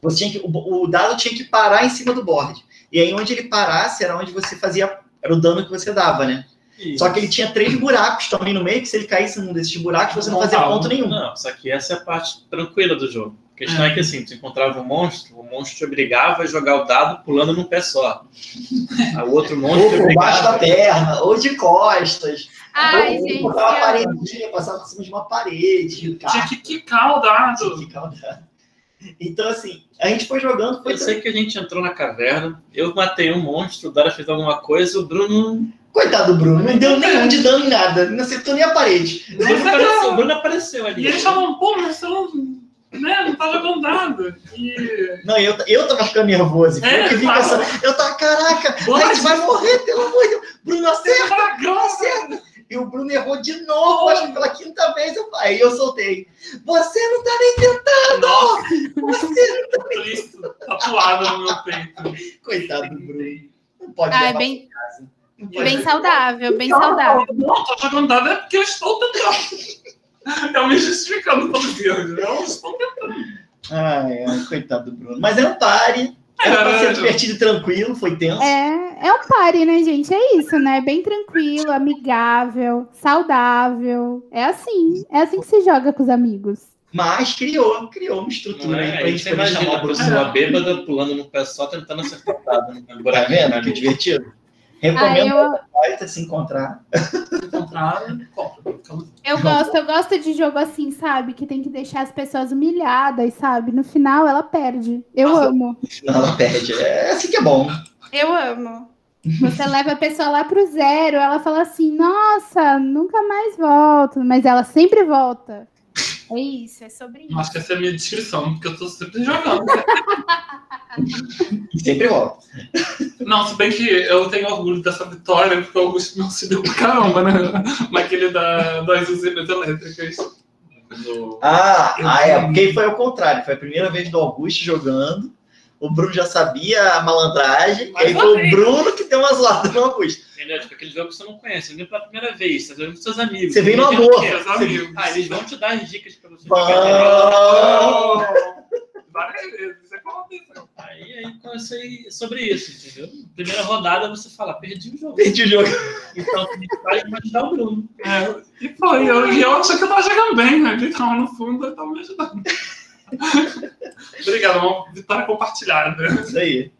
Speaker 3: Você tinha que, o, o dado tinha que parar em cima do board. E aí onde ele parasse era onde você fazia era o dano que você dava, né? Só que ele tinha três buracos também no meio, que se ele caísse num desses buracos, você não fazia
Speaker 4: Montava.
Speaker 3: ponto nenhum.
Speaker 5: Não, só que essa é a parte tranquila do jogo. A questão é, que assim, tu encontrava um monstro, o monstro te obrigava a jogar o dado pulando num pé só.
Speaker 3: [laughs]
Speaker 5: Aí o outro monstro
Speaker 3: Ou
Speaker 5: te
Speaker 3: por baixo da
Speaker 5: obrigava.
Speaker 3: perna, ou de costas.
Speaker 1: Ai,
Speaker 3: ou
Speaker 1: gente.
Speaker 3: Botava uma
Speaker 1: eu-
Speaker 3: paredinha, passava por cima de uma parede.
Speaker 2: Tinha que quicar o dado.
Speaker 3: Ficava dando. [laughs] Então, assim, a gente foi jogando, foi
Speaker 5: Eu sei que a gente entrou na caverna, eu matei um monstro, o Dora fez alguma coisa, o Bruno.
Speaker 3: Coitado do Bruno, não deu nenhum de dano em nada, não acertou nem a parede.
Speaker 5: O Bruno apareceu, o Bruno apareceu ali.
Speaker 2: E eles falam, pô, mas você não, né, não tá jogando dado. E.
Speaker 3: Não, eu, eu tava ficando nervoso. foi
Speaker 2: É,
Speaker 3: eu que vim com
Speaker 2: claro.
Speaker 3: essa- Eu tava, caraca,
Speaker 2: Boa,
Speaker 3: a gente vai morrer, é pelo amor de Deus. Bruno, acerta!
Speaker 2: Dragão!
Speaker 3: E o Bruno errou de novo, acho que pela quinta vez. Eu, aí eu soltei. Você não tá nem
Speaker 2: Nossa,
Speaker 3: tentando! Você...
Speaker 2: Cristo, tatuado no meu peito.
Speaker 3: Coitado do Bruno. Não pode
Speaker 1: Ai,
Speaker 3: levar
Speaker 1: bem,
Speaker 3: pra casa. Não pode
Speaker 1: bem
Speaker 3: levar.
Speaker 1: saudável, bem saudável.
Speaker 2: Não, tô jogando dado é porque eu estou tentando. Eu me justificando todo dia. Eu estou tentando.
Speaker 3: Ai, ai, coitado do Bruno. Mas era um pare. Era pra ser
Speaker 2: Caralho.
Speaker 3: divertido e tranquilo, foi tenso.
Speaker 1: É, é um party, né, gente? É isso, né? Bem tranquilo, amigável, saudável. É assim. É assim que se joga com os amigos.
Speaker 3: Mas criou, criou uma
Speaker 5: Não
Speaker 3: estrutura aí
Speaker 5: é?
Speaker 3: pra
Speaker 5: Aí
Speaker 3: gente
Speaker 5: você
Speaker 3: poder
Speaker 5: imagina
Speaker 3: chamar
Speaker 5: a
Speaker 3: o Bruno.
Speaker 5: pessoa bêbada pulando num pé só tentando acertar o dado no
Speaker 3: Tá
Speaker 5: buraco.
Speaker 3: vendo? Que divertido.
Speaker 1: Ah,
Speaker 3: Recomendo
Speaker 1: eu,
Speaker 3: a Baita se encontrar.
Speaker 2: Encontraram, compra. Calma.
Speaker 1: eu gosto, eu gosto de jogo assim, sabe? Que tem que deixar as pessoas humilhadas, sabe? No final ela perde. Eu
Speaker 2: Nossa.
Speaker 1: amo.
Speaker 3: Senão ela perde. É assim que é bom.
Speaker 1: Eu amo. Você leva a pessoa lá pro zero, ela fala assim, nossa, nunca mais volto. Mas ela sempre volta. É isso, é sobre isso.
Speaker 2: Acho que essa é a minha descrição, porque eu tô sempre jogando.
Speaker 3: Sempre rola.
Speaker 2: Não, se bem que eu tenho orgulho dessa vitória, porque o Augusto me auxiliou pra caramba, né? Naquele da, das usinas elétricas.
Speaker 5: Do-
Speaker 3: Ah,
Speaker 2: Eu
Speaker 3: ah, é,
Speaker 2: também.
Speaker 3: porque foi ao contrário. Foi a primeira vez do Augusto jogando. O Bruno já sabia a malandragem.
Speaker 2: Mas
Speaker 3: e aí foi o
Speaker 2: também.
Speaker 3: Bruno que deu uma zoada no Augusto.
Speaker 5: Entendeu? Tipo, aquele jogo que você não conhece, você vem pela primeira vez, você vem com seus amigos.
Speaker 3: Você vem no
Speaker 5: Eles vão
Speaker 3: amor.
Speaker 5: te-
Speaker 2: Meus amigos.
Speaker 5: Ah, eles vão te dar as dicas pra você jogar.
Speaker 3: Bom,
Speaker 2: Várias vezes, isso aconteceu.
Speaker 5: Aí, aí comecei sobre isso, entendeu? Primeira rodada você fala, perdi o jogo.
Speaker 3: Perdi o jogo.
Speaker 5: Então o que faz é ajudar o Bruno.
Speaker 2: É, e foi, eu, e eu achei que eu tava jogando bem, né? Ele tava no fundo, ele tava me ajudando. Obrigado, uma vitória compartilhada.
Speaker 3: Isso aí.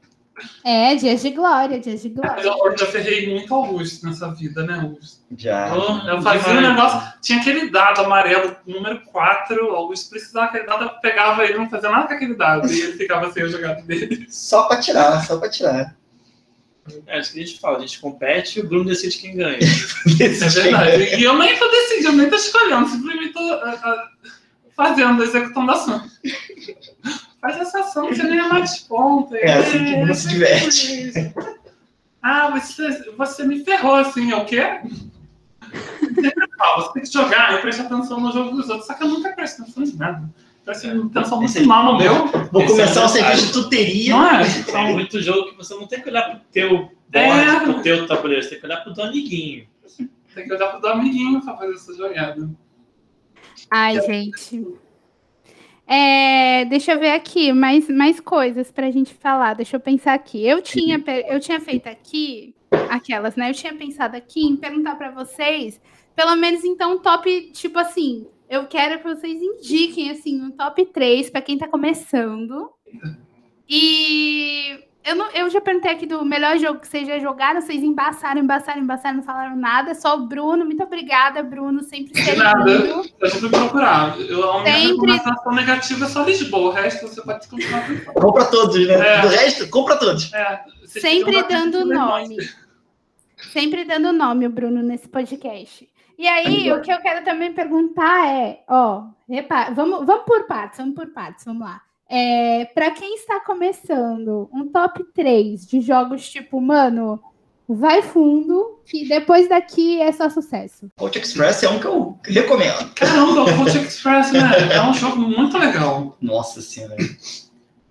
Speaker 1: É, dias de glória, dias de glória.
Speaker 2: Mas Eu, eu já ferrei muito Augusto nessa vida, né, Augusto?
Speaker 3: Já.
Speaker 5: Então,
Speaker 2: Eu fazia um
Speaker 5: Demais.
Speaker 2: negócio, tinha aquele dado amarelo, número 4, o Augusto precisava daquele dado, eu pegava ele, não fazia nada com aquele dado, e ele ficava sem o jogado dele.
Speaker 3: Só pra tirar, só pra tirar.
Speaker 5: É isso que a gente fala, a gente compete e o Bruno decide quem ganha.
Speaker 2: É verdade. E eu nem tô decidindo, nem tô escolhendo, simplesmente tô ah, ah, fazendo, executando a ação. Faz essa ação, você ganha mais né? pontos.
Speaker 3: É assim que o mundo se diverte.
Speaker 2: Ah, você, você me ferrou assim, é o quê? Sempre falo, você tem que jogar, eu presto atenção no jogo dos outros, só que eu nunca presto atenção em nada.
Speaker 3: É,
Speaker 2: Presto atenção
Speaker 3: Esse aí.
Speaker 2: muito mal no meu,
Speaker 3: Vou
Speaker 5: Esse
Speaker 3: começar
Speaker 5: é
Speaker 3: um
Speaker 5: o detalhe.
Speaker 3: serviço de tuteria.
Speaker 2: não é?
Speaker 5: Tem
Speaker 2: Então,
Speaker 5: muito jogo que você não tem que olhar pro teu
Speaker 2: É.
Speaker 5: board, pro teu tabuleiro, você tem que olhar pro do amiguinho.
Speaker 2: tem que olhar pro do amiguinho pra fazer essa jogada.
Speaker 1: Ai, gente. É, deixa eu ver aqui, mais, mais coisas pra gente falar. Deixa eu pensar aqui. Eu tinha, pe- eu tinha feito aqui, aquelas, né? Eu tinha pensado aqui em perguntar pra vocês, pelo menos então, um top, tipo assim, eu quero que vocês indiquem, assim, um top 3 pra quem tá começando. E eu, não, eu já perguntei aqui do melhor jogo que vocês já jogaram, vocês embaçaram, embaçaram, embaçaram, não falaram nada, só o Bruno. Muito obrigada, Bruno, sempre servindo.
Speaker 2: nada. Eu sempre procurar. Eu, a minha
Speaker 1: Sempre.
Speaker 2: recomendação negativa é só Lisboa, o resto você pode continuar pensando.
Speaker 3: Compra todos, né?
Speaker 2: É.
Speaker 3: Do resto, compra todos.
Speaker 2: É, vocês
Speaker 1: Sempre
Speaker 2: ficam
Speaker 1: dando
Speaker 2: batendo
Speaker 1: nome. Sempre dando nome, o Bruno, nesse podcast. E aí, o que eu quero também perguntar é, ó, repa- vamos, vamos por partes, vamos por partes, vamos lá. É, para quem está começando, um top 3 de jogos tipo, mano, Vai fundo, que depois daqui é só sucesso.
Speaker 3: Coach Express é um que eu recomendo.
Speaker 2: Caramba, o Coach Express, né? É um jogo muito legal.
Speaker 3: Nossa senhora.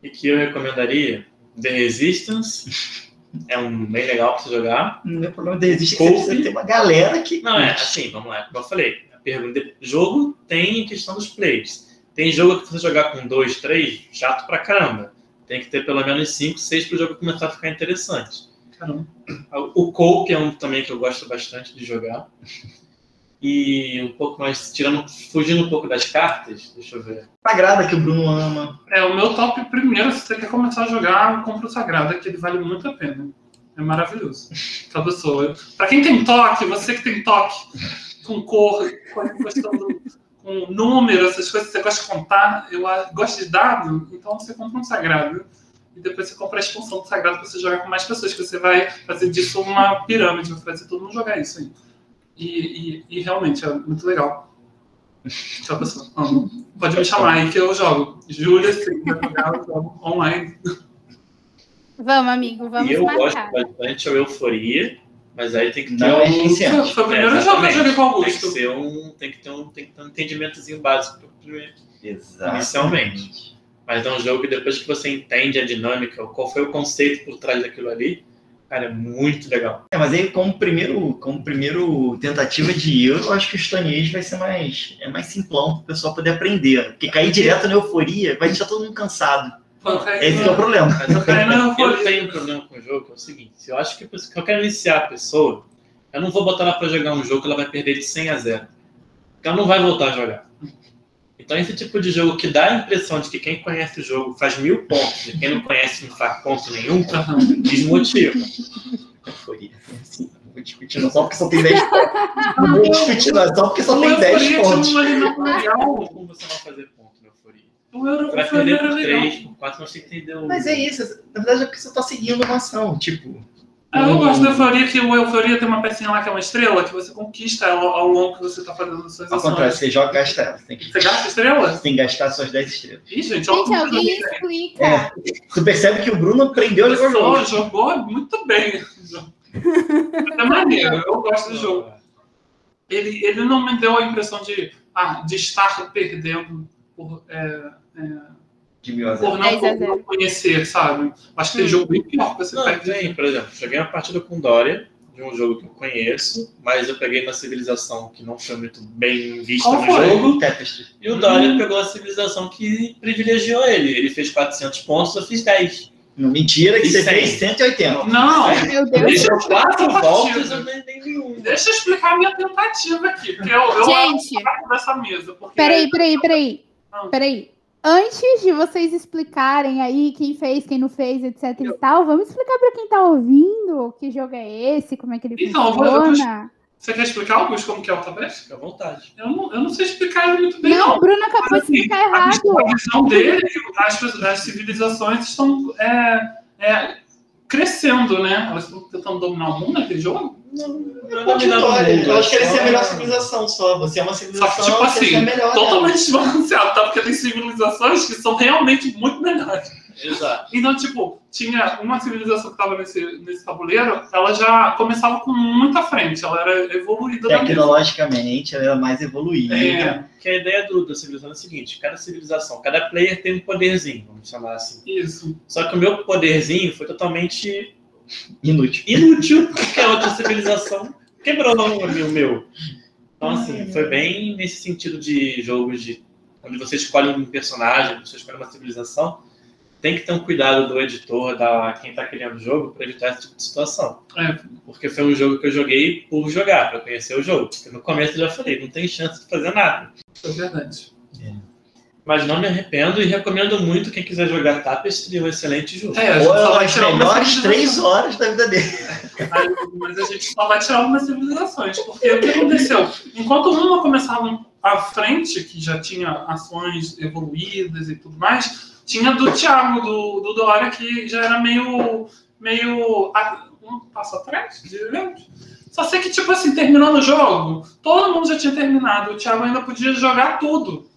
Speaker 5: E que eu recomendaria, The Resistance. É um bem legal pra você jogar.
Speaker 3: Não é problema de resistir, que você
Speaker 5: Coach.
Speaker 3: precisa ter uma galera que.
Speaker 5: Não, é assim, vamos lá, como eu falei. A pergunta, é, jogo tem questão dos players. Tem jogo que você jogar com dois, três, chato pra caramba. Tem que ter pelo menos cinco, seis pro jogo começar a ficar interessante.
Speaker 2: Caramba.
Speaker 5: O Coke é um também que eu gosto bastante de jogar. E um pouco mais, tirando, fugindo um pouco das cartas, deixa eu ver.
Speaker 3: Sagrada que o Bruno ama.
Speaker 2: É, o meu top primeiro, se você quer começar a jogar, compra o Sagrada, que ele vale muito a pena. É maravilhoso. Cada pessoa. Pra quem tem toque, você que tem toque com cor, com a questão do- com número, essas coisas, você gosta de contar, eu a- gosto de dado, então você compra um Sagrado. E depois você compra a expansão do Sagrado pra você jogar com mais pessoas, que você vai fazer disso uma pirâmide, vai fazer todo mundo jogar isso aí. E, e- e realmente é muito legal. Tchau, pessoal. Amo. Pode me chamar aí que eu jogo. Júlia, se quiser jogar, eu jogo online.
Speaker 1: Vamos, amigo, vamos
Speaker 5: e eu
Speaker 1: marcar.
Speaker 5: gosto bastante é o Euforia, mas aí tem que ter
Speaker 3: Não
Speaker 5: um.
Speaker 3: é iniciante.
Speaker 2: Foi o primeiro
Speaker 5: É,
Speaker 2: jogo que eu joguei com o
Speaker 5: Tem que,
Speaker 2: Augusto.
Speaker 5: ser um, tem, que ter um, tem que ter um entendimentozinho básico pro primeiro.
Speaker 3: Exato.
Speaker 5: Inicialmente. Mas é um jogo que depois que você entende a dinâmica, qual foi o conceito por trás daquilo ali, cara, é muito legal.
Speaker 3: É, mas aí como primeiro, como primeiro tentativa de euro, eu acho que o Stanies vai ser mais, é mais simplão pro pessoal poder aprender. Porque cair direto na euforia vai deixar todo mundo cansado. Esse que é o problema.
Speaker 5: Mas eu,
Speaker 2: Cara, não,
Speaker 5: eu
Speaker 2: foi-
Speaker 5: tenho um problema com o jogo, que é o seguinte, se eu acho que, a pessoa- que eu quero iniciar a pessoa, eu não vou botar ela pra jogar um jogo que ela vai perder de 100 a 0. Porque ela não vai voltar a jogar. Então esse tipo de jogo que dá a impressão de que quem conhece o jogo faz mil pontos e quem não conhece não faz ponto nenhum, desmotiva.
Speaker 3: Euforia. Assim, Vou discutir não só porque só tem 10 pontos. Vou discutir não é só porque só
Speaker 2: O
Speaker 3: tem
Speaker 2: Euforia
Speaker 3: 10
Speaker 2: tinha
Speaker 3: pontos.
Speaker 2: uma linha
Speaker 5: Como
Speaker 2: legal.
Speaker 5: como você não fazer ponto, meu furinho?
Speaker 2: O Euro-
Speaker 5: Vai
Speaker 2: o Euforia
Speaker 5: perder
Speaker 2: era
Speaker 5: por
Speaker 2: legal.
Speaker 5: 3, por 4, mas você entendeu.
Speaker 3: Mas é isso, na verdade é porque você tá seguindo uma ação, tipo.
Speaker 2: Ah, Eu gosto da Euforia, que o Euforia tem uma pecinha lá que é uma estrela, que você conquista ela ao longo que você tá fazendo as suas
Speaker 3: Ao contrário,
Speaker 2: ações.
Speaker 3: você joga e gasta ela. Você tem que,
Speaker 2: Você gasta estrela?
Speaker 3: você tem que gastar suas 10 estrelas.
Speaker 2: Ih, gente, olha
Speaker 1: Gente,
Speaker 2: como
Speaker 1: alguém
Speaker 2: que
Speaker 1: explica.
Speaker 3: Tu percebe que o Bruno aprendeu a jogar o
Speaker 2: jogou,
Speaker 3: jogo.
Speaker 2: jogou muito bem. É maneiro, eu gosto do jogo. ele, ele não me deu a impressão de, ah, de estar perdendo por, é, é,
Speaker 3: De mil a zero.
Speaker 2: por não,
Speaker 1: 10 a
Speaker 2: por
Speaker 1: 0.
Speaker 2: não conhecer, sabe? Acho que tem
Speaker 1: Hum.
Speaker 2: jogo bem pior que você
Speaker 5: Não,
Speaker 2: perde.
Speaker 5: tem, por exemplo, joguei uma partida com Dória, de um jogo que eu conheço, mas eu peguei uma civilização que não foi muito bem vista
Speaker 2: Qual
Speaker 5: no
Speaker 2: foi?
Speaker 5: jogo,
Speaker 3: Tapestry.
Speaker 5: e o Dória
Speaker 3: Uhum.
Speaker 5: pegou a civilização que privilegiou ele. Ele fez 400 pontos, eu fiz 10.
Speaker 3: Não, mentira que
Speaker 5: E
Speaker 3: você
Speaker 5: cem.
Speaker 3: fez 180.
Speaker 2: Não,
Speaker 1: Meu Deus.
Speaker 3: é
Speaker 2: deixa eu
Speaker 5: Deu
Speaker 2: explicar
Speaker 5: quatro
Speaker 2: essa
Speaker 5: voltas, eu
Speaker 2: partida.
Speaker 5: não dei nenhum.
Speaker 2: Deixa eu explicar a minha tentativa aqui, porque eu, eu
Speaker 1: Gente,
Speaker 2: acho dessa mesa. Porque
Speaker 1: Peraí, peraí, peraí.
Speaker 2: Não.
Speaker 1: Peraí. Antes de vocês explicarem aí quem fez, quem não fez, etc e tal, vamos explicar pra quem tá ouvindo que jogo é esse, como é que ele
Speaker 2: Então, eu vou- eu vou-
Speaker 1: funciona.
Speaker 2: Você quer explicar, Augusto, como que é o Tabés?
Speaker 5: Fica à vontade.
Speaker 2: Eu não, eu não sei explicar ele muito bem,
Speaker 1: Não,
Speaker 2: não.
Speaker 1: o Bruno acabou de
Speaker 2: Assim,
Speaker 1: explicar
Speaker 2: A
Speaker 1: errado.
Speaker 2: visão dele, é as, pessoas- as civilizações estão é, é, crescendo, né? Elas estão tentando dominar o mundo naquele jogo.
Speaker 5: Não, não é
Speaker 3: Olha,
Speaker 5: mundo,
Speaker 3: eu acho que ele
Speaker 5: só-
Speaker 3: é a melhor civilização só. Você é uma
Speaker 2: Só que,
Speaker 3: civilização,
Speaker 2: tipo
Speaker 3: você é a
Speaker 2: assim,
Speaker 3: melhor.
Speaker 2: totalmente [laughs] desbalanceado, tá? Porque tem civilizações que são realmente muito melhores.
Speaker 5: Exato.
Speaker 2: Então, tipo, tinha uma civilização que tava nesse, nesse tabuleiro, ela já começava com muita frente, ela era evoluída da mesa.
Speaker 3: Tecnologicamente, ela é mais evoluída.
Speaker 2: É,
Speaker 5: Que a ideia do, da civilização é a seguinte: cada civilização, cada player tem um poderzinho, vamos chamar assim.
Speaker 2: isso.
Speaker 5: Só que o meu poderzinho foi totalmente
Speaker 3: Inútil.
Speaker 5: inútil porque a outra civilização quebrou o meu. meu. Então, assim, foi bem nesse sentido de jogos de onde você escolhe um personagem, você escolhe uma civilização, tem que ter um cuidado do editor, da quem está criando o jogo, para evitar esse tipo de situação.
Speaker 2: É.
Speaker 5: Porque foi um jogo que eu joguei por jogar, para conhecer o jogo. Porque no começo eu já falei, não tem chance de fazer nada.
Speaker 2: É verdade.
Speaker 5: Mas não me arrependo e recomendo muito quem quiser jogar Tapestry, é um excelente jogo.
Speaker 2: É, a gente
Speaker 3: Ou
Speaker 2: só
Speaker 3: ela
Speaker 2: vai
Speaker 3: as
Speaker 2: tirar uma
Speaker 3: melhores três
Speaker 2: civilização.
Speaker 3: horas da vida dele.
Speaker 2: Aí, Mas a gente só vai tirar algumas civilizações. Porque o que aconteceu? Enquanto uma começava à frente, que já tinha ações evoluídas e tudo mais, tinha do Thiago, do, do Dória, que já era meio. meio. a- um passo atrás, digamos. Só sei que, tipo assim, terminando o jogo, todo mundo já tinha terminado. O Thiago ainda podia jogar tudo.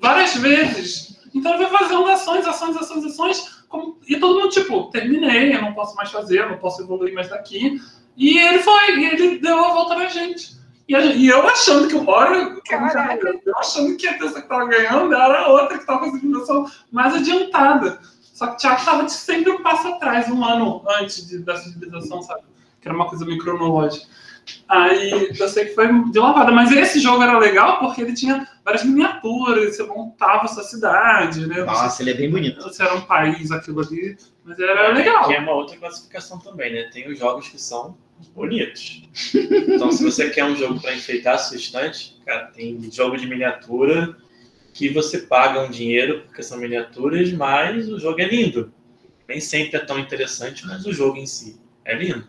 Speaker 2: Várias vezes. Então ele vai fazendo ações, ações, ações, ações. como- E todo mundo, tipo, terminei, eu não posso mais fazer, eu não posso evoluir mais daqui. E ele foi, e ele deu a volta na gente. E, a- e eu achando que o Bora,
Speaker 1: Caraca.
Speaker 2: eu achando que a pessoa que tava ganhando era a outra que tava conseguindo a sua mais adiantada. Só que o Thiago tava sempre um passo atrás, um ano antes de- da civilização, sabe? Que era uma coisa meio cronológica. Aí eu sei que foi de lavada. Mas esse jogo era legal porque ele tinha várias miniaturas, você montava a sua cidade, né?
Speaker 3: Nossa, ele é bem bonito.
Speaker 2: Se era um país aquilo ali, mas era legal.
Speaker 5: Que é uma outra classificação também, né? Tem os jogos que são bonitos. Então, se você quer um jogo para enfeitar a sua estante, cara, tem jogo de miniatura que você paga um dinheiro porque são miniaturas, mas o jogo é lindo. Nem sempre é tão interessante, mas o jogo em si é lindo.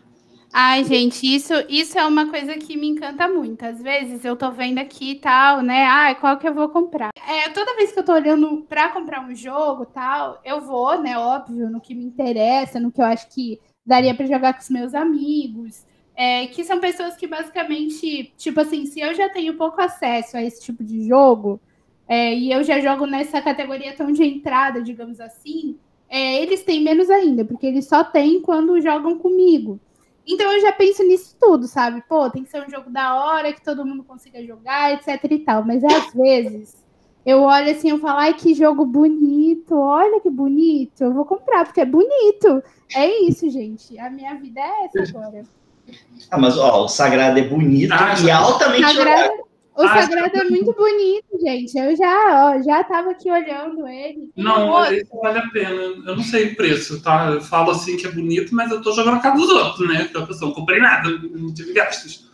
Speaker 1: Ai, gente, isso, isso é uma coisa que me encanta muito. Às vezes eu tô vendo aqui e tal, né? Ah, qual que eu vou comprar? É, toda vez que eu tô olhando pra comprar um jogo e tal, eu vou, né? Óbvio, no que me interessa, no que eu acho que daria pra jogar com os meus amigos. É, que são pessoas que basicamente, tipo assim, se eu já tenho pouco acesso a esse tipo de jogo, é, e eu já jogo nessa categoria tão de entrada, digamos assim, é, eles têm menos ainda, porque eles só têm quando jogam comigo. Então eu já penso nisso tudo, sabe? Pô, tem que ser um jogo da hora, que todo mundo consiga jogar, etc e tal. Mas às vezes eu olho assim e falo, ai, que jogo bonito, olha que bonito, eu vou comprar, porque é bonito. É isso, gente. A minha vida é essa agora.
Speaker 3: Ah, mas ó, o Sagrado é bonito
Speaker 2: Ah,
Speaker 3: e altamente jogável.
Speaker 1: Sagrado- é o
Speaker 2: Ah,
Speaker 1: Sagrado é muito bonito, gente. Eu já, ó, já tava aqui olhando ele. Tem
Speaker 2: Não,
Speaker 1: outro.
Speaker 2: esse vale a pena. Eu não sei o preço, tá? Eu falo assim que é bonito, mas eu tô jogando a casa dos outros, né? Porque a pessoa não comprei nada, não tive gastos.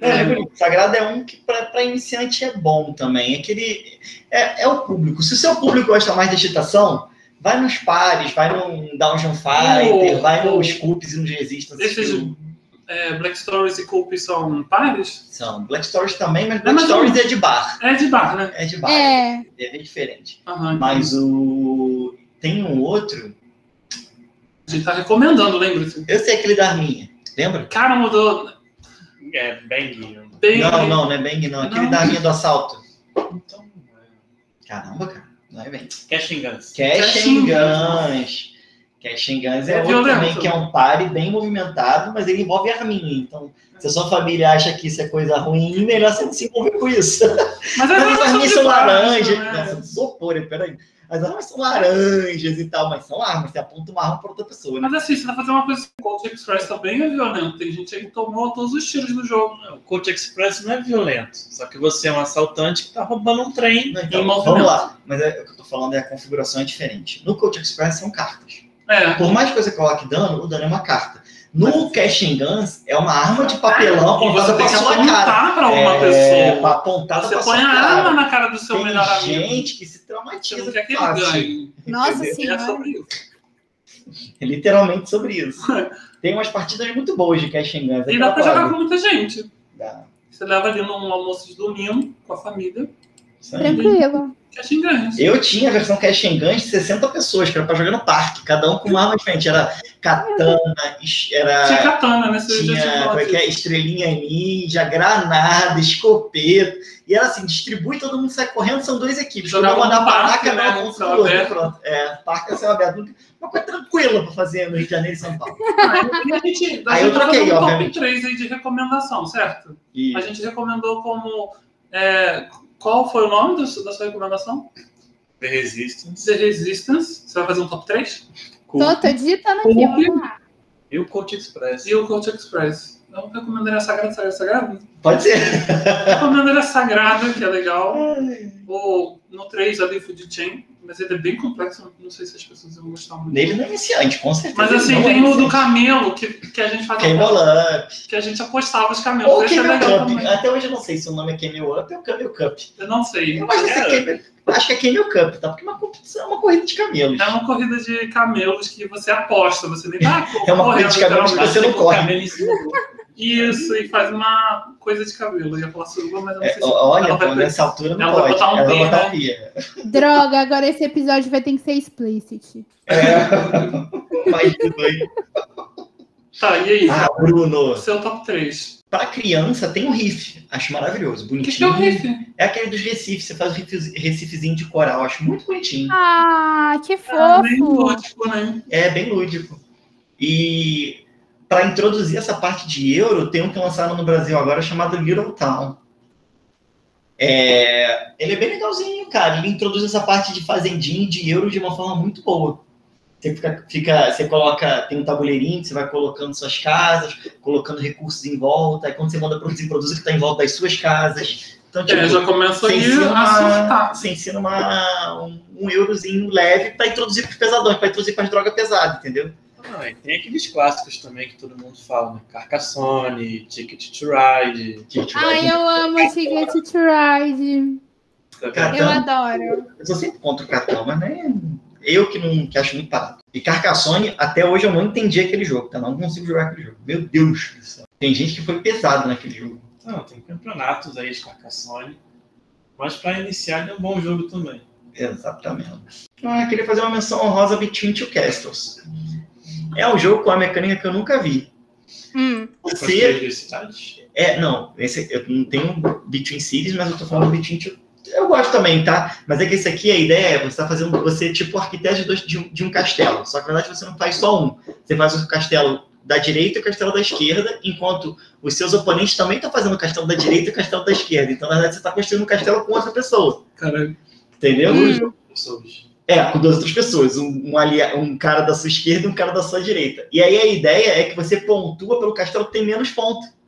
Speaker 3: É,
Speaker 2: Uhum.
Speaker 3: é bonito. O Sagrado é um que pra pra iniciante é bom também. É, que ele- é, é o público. Se o seu público gosta mais de excitação, vai nos pares, vai no Dungeon Fighter,
Speaker 2: Oh,
Speaker 3: vai
Speaker 2: oh.
Speaker 3: nos Scoops e nos Resistance.
Speaker 2: Esses
Speaker 3: que
Speaker 2: é, Black Stories e Coop são pares?
Speaker 3: São Black Stories também, mas
Speaker 2: É,
Speaker 3: Black
Speaker 2: mas
Speaker 3: Stories é de bar.
Speaker 2: É de bar, né?
Speaker 3: É de bar, é,
Speaker 1: É,
Speaker 3: bem diferente.
Speaker 2: Aham.
Speaker 3: Mas o. Tem um outro.
Speaker 2: A gente tá recomendando, lembra-se.
Speaker 3: Eu sei aquele da Arminha. Lembra?
Speaker 2: Cara, mudou
Speaker 5: É bem lindo.
Speaker 2: bem.
Speaker 3: Não, não, não é Bang, não. Aquele
Speaker 2: Não.
Speaker 3: da Arminha do assalto.
Speaker 5: Então,
Speaker 3: Caramba, cara. Não é bem.
Speaker 5: é... Cash and Guns.
Speaker 3: Cash
Speaker 2: Cash and
Speaker 3: and Guns. Cash and Guns é,
Speaker 2: É
Speaker 3: outro
Speaker 2: violento.
Speaker 3: também que é um party bem movimentado, mas ele envolve arminha. Então, se a sua família acha que isso é coisa ruim, melhor você não se envolver com isso.
Speaker 2: Mas é
Speaker 3: Mas as
Speaker 2: uma
Speaker 3: arminhas
Speaker 2: de
Speaker 3: são
Speaker 2: bar,
Speaker 3: laranjas.
Speaker 2: né?
Speaker 3: Nossa, sopor, hein? peraí. As armas são laranjas e tal, mas são armas. Você aponta uma arma pra outra pessoa, né?
Speaker 2: Mas assim, você vai fazer uma coisa com o Cold Express também é violento. Tem gente aí que tomou todos os tiros do jogo.
Speaker 5: O Coach Express não é violento, só que você é um assaltante que tá roubando um trem.
Speaker 3: Não,
Speaker 2: Em
Speaker 3: Então,
Speaker 2: movimento.
Speaker 3: vamos lá. Mas é- o que eu tô falando é a configuração é diferente. No Coach Express são cartas.
Speaker 2: É.
Speaker 3: Por mais que você coloque dano, o dano é uma carta. No Cash and Guns, é uma arma de papelão
Speaker 2: E você
Speaker 3: apontada
Speaker 2: tem
Speaker 3: pra
Speaker 2: que
Speaker 3: sua cara.
Speaker 2: apontar pra uma
Speaker 3: É,
Speaker 2: pessoa.
Speaker 3: pra apontar
Speaker 2: Você
Speaker 3: pra
Speaker 2: põe
Speaker 3: sua
Speaker 2: a
Speaker 3: cara.
Speaker 2: arma na cara do seu
Speaker 3: Tem
Speaker 2: melhor amigo.
Speaker 3: gente que se
Speaker 2: Você
Speaker 3: traumatiza
Speaker 2: não quer que ele
Speaker 3: fácil.
Speaker 2: ganhe.
Speaker 1: nossa
Speaker 3: Entendeu?
Speaker 2: É
Speaker 1: senhora.
Speaker 2: sobre isso.
Speaker 3: É literalmente sobre
Speaker 2: [laughs]
Speaker 3: isso. Tem umas partidas muito boas de Cash and Guns.
Speaker 2: E dá
Speaker 3: aquela
Speaker 2: pra jogar
Speaker 3: coisa.
Speaker 2: com muita gente.
Speaker 3: Dá.
Speaker 2: Você leva ali num almoço de domingo com a família,
Speaker 3: Isso aí.
Speaker 1: Tranquilo.
Speaker 2: que é xingante.
Speaker 3: Eu tinha a versão Cash and Guns de 60 pessoas, que era pra jogar no parque, cada um com uma arma diferente. Era katana, es-
Speaker 2: Tinha
Speaker 3: era.
Speaker 2: katana, né? Você já tinha
Speaker 3: ah, Tinha como
Speaker 2: falado
Speaker 3: é que é?
Speaker 2: disso.
Speaker 3: estrelinha ninja, granada, escopeta. E era assim, distribui, todo mundo sai correndo, são duas equipes.
Speaker 2: Jogava
Speaker 3: uma
Speaker 2: no
Speaker 3: dá pra lá,
Speaker 2: parque, né?
Speaker 3: cada um
Speaker 2: Céu
Speaker 3: do outro.
Speaker 2: aberto.
Speaker 3: Pronto. É, parque é céu aberto. Uma coisa tranquila pra fazer no Rio de Janeiro e São Paulo.
Speaker 2: Aí Ah, a gente, a
Speaker 3: Aí eu
Speaker 2: gente tá
Speaker 3: troquei,
Speaker 2: fazendo um top
Speaker 3: obviamente.
Speaker 2: 3 aí de recomendação, certo?
Speaker 3: E-
Speaker 2: A gente recomendou como. é, qual foi o nome do- da sua recomendação?
Speaker 5: The Resistance.
Speaker 2: The Resistance. Você vai fazer um top 3?
Speaker 1: Tô, tô digitando aqui, vamos lá.
Speaker 5: E o Coach Express.
Speaker 2: E o Coach Express. Eu recomendaria a Sagrada, Sagrada, Sagrada.
Speaker 3: Pode ser.
Speaker 2: Recomendaria a Sagrada, que é legal. Ou no 3 ali, Food Chain. Mas ele é bem complexo, não sei se as pessoas vão gostar muito.
Speaker 3: Nele não é iniciante, com certeza.
Speaker 2: Mas assim,
Speaker 3: não é
Speaker 2: tem o do
Speaker 3: iniciante.
Speaker 2: camelo, que, que a gente faz
Speaker 3: Camel Up.
Speaker 2: que a gente apostava os camelos.
Speaker 3: Ou
Speaker 2: Esse é
Speaker 3: Camel
Speaker 2: legal
Speaker 3: Cup.
Speaker 2: também.
Speaker 3: Até hoje eu não sei se o nome é Camel Up ou Camel Cup.
Speaker 2: Eu não sei.
Speaker 3: Eu acho, que esse
Speaker 5: Cara.
Speaker 3: Camel, acho que é Camel Cup, tá? Porque é uma competição, é uma corrida de camelos.
Speaker 2: É uma corrida de camelos que você aposta, você nem tá
Speaker 3: É uma corrida de
Speaker 5: Tá
Speaker 3: camelos que
Speaker 2: literalmente.
Speaker 3: você não corre.
Speaker 5: Cabelo em cima do outro.
Speaker 2: Isso, e faz uma coisa de cabelo. Eu ia falar suruba, mas eu não
Speaker 3: É,
Speaker 2: sei se.
Speaker 3: olha,
Speaker 2: ela vai
Speaker 3: pô, nessa altura não
Speaker 2: ela vai
Speaker 3: pode.
Speaker 2: botar um
Speaker 3: ela
Speaker 2: pia,
Speaker 3: vai botar
Speaker 2: né?
Speaker 3: um pia.
Speaker 1: Droga, agora esse episódio vai ter que ser explícito.
Speaker 3: É. Mas tudo aí.
Speaker 2: Tá, e aí?
Speaker 3: Ah, Bruno.
Speaker 2: Seu top 3.
Speaker 3: Pra criança tem um riff. Acho maravilhoso,
Speaker 2: O
Speaker 3: bonitinho.
Speaker 2: que, que é o riff?
Speaker 3: É aquele dos recifes. Você faz o riff- recifezinho de coral. Acho muito bonitinho.
Speaker 1: Ah, que
Speaker 2: Ah, nem
Speaker 1: fofo!
Speaker 2: lúdico, né?
Speaker 3: É bem lúdico. E para introduzir essa parte de euro, tem um que lançaram no Brasil agora chamado Little Town. É, ele é bem legalzinho, cara. Ele introduz essa parte de fazendinho de euro de uma forma muito boa. Você, fica, fica- você coloca, tem um tabuleirinho que você vai colocando suas casas, colocando recursos em volta, aí quando você manda produzir produtos que está em volta das suas casas. Então, tipo,
Speaker 2: É, já começa
Speaker 3: você
Speaker 2: aí
Speaker 3: ensina,
Speaker 2: a
Speaker 3: uma,
Speaker 2: surtar.
Speaker 3: você ensina uma- um, um eurozinho leve para introduzir para os pesadões, para introduzir para as drogas pesadas, entendeu?
Speaker 5: Ah, e tem aqueles clássicos também que todo mundo fala, né? Carcassonne, Ticket to Ride.
Speaker 3: Tipo,
Speaker 1: Ai, Ah, eu amo Ticket to Ride.
Speaker 3: Cara,
Speaker 1: Eu adoro.
Speaker 3: Eu sou sempre contra o cartão, mas né? Eu que não que acho muito parado. E Carcassonne, até hoje eu não entendi aquele jogo, tá? Não consigo jogar aquele jogo. Meu Deus do céu. Tem gente que foi pesado naquele jogo.
Speaker 5: Não, Então, tem campeonatos aí de Carcassonne. Mas pra iniciar ele é um bom jogo também.
Speaker 3: Exatamente. Ah, queria fazer uma menção honrosa Between Two Castles. É um jogo com a mecânica que eu nunca vi.
Speaker 1: Hum.
Speaker 3: Você
Speaker 5: Construir cidades.
Speaker 3: É, não, esse, eu não tenho Between Cities, mas eu tô falando Between Two. Eu gosto também, tá? Mas é que esse aqui, a ideia é você tá fazendo, você é tipo o arquiteto de, dois- de um, de um castelo. Só que na verdade você não faz só um. Você faz o castelo da direita e o castelo da esquerda, enquanto os seus oponentes também estão fazendo o castelo da direita e o castelo da esquerda. Então, na verdade, você tá construindo um castelo com outra pessoa.
Speaker 2: Caralho.
Speaker 3: Entendeu?
Speaker 5: Pessoas.
Speaker 3: É, com duas outras pessoas, um, um, alia- um cara da sua esquerda e um cara da sua direita. E aí a ideia é que você pontua pelo castelo que tem menos ponto.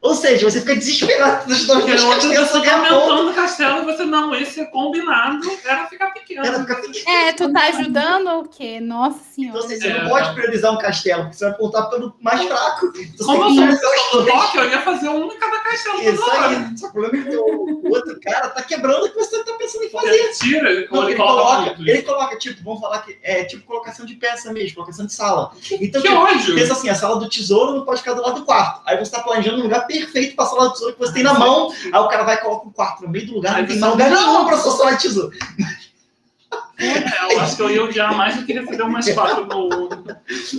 Speaker 3: Ou seja, você fica desesperado dos dois
Speaker 2: Porque
Speaker 3: castelos
Speaker 2: outro
Speaker 3: que
Speaker 2: pessoa tá
Speaker 3: ganham ponto.
Speaker 2: aumentando o castelo, você não, esse é combinado, era ficar pequeno.
Speaker 3: Ela fica pequena.
Speaker 1: É, tu tá ajudando ou o quê? Nossa
Speaker 3: Então,
Speaker 1: senhora.
Speaker 3: ou seja, você
Speaker 2: É.
Speaker 3: não pode priorizar um castelo, porque você vai pontuar pelo mais fraco. Então,
Speaker 2: Como assim?
Speaker 3: você
Speaker 2: eu
Speaker 3: tem que priorizar
Speaker 2: sou
Speaker 3: os dois.
Speaker 2: toque, eu ia fazer um em cada castelo
Speaker 3: Isso
Speaker 2: toda hora.
Speaker 3: aí. Só o problema é que o outro cara tá quebrando o que você tá pensando em fazer.
Speaker 2: Ele tira, ele
Speaker 3: Não,
Speaker 2: coloca,
Speaker 3: ele coloca,
Speaker 2: tudo.
Speaker 3: ele coloca, tipo, vamos falar que é tipo colocação de peça mesmo, colocação de sala. Então,
Speaker 2: Que
Speaker 3: tipo,
Speaker 2: ódio!
Speaker 3: Pensa assim, a sala do tesouro não pode ficar do lado do quarto. Aí você tá planejando um lugar perfeito pra sala do tesouro que você tem na mão. Aí o cara vai e coloca um quarto no meio do lugar,
Speaker 2: Aí
Speaker 3: não tem
Speaker 2: você-
Speaker 3: mais lugar nenhum pra sua sala de tesouro.
Speaker 2: É, eu acho que eu ia odiar mais do que receber umas quatro no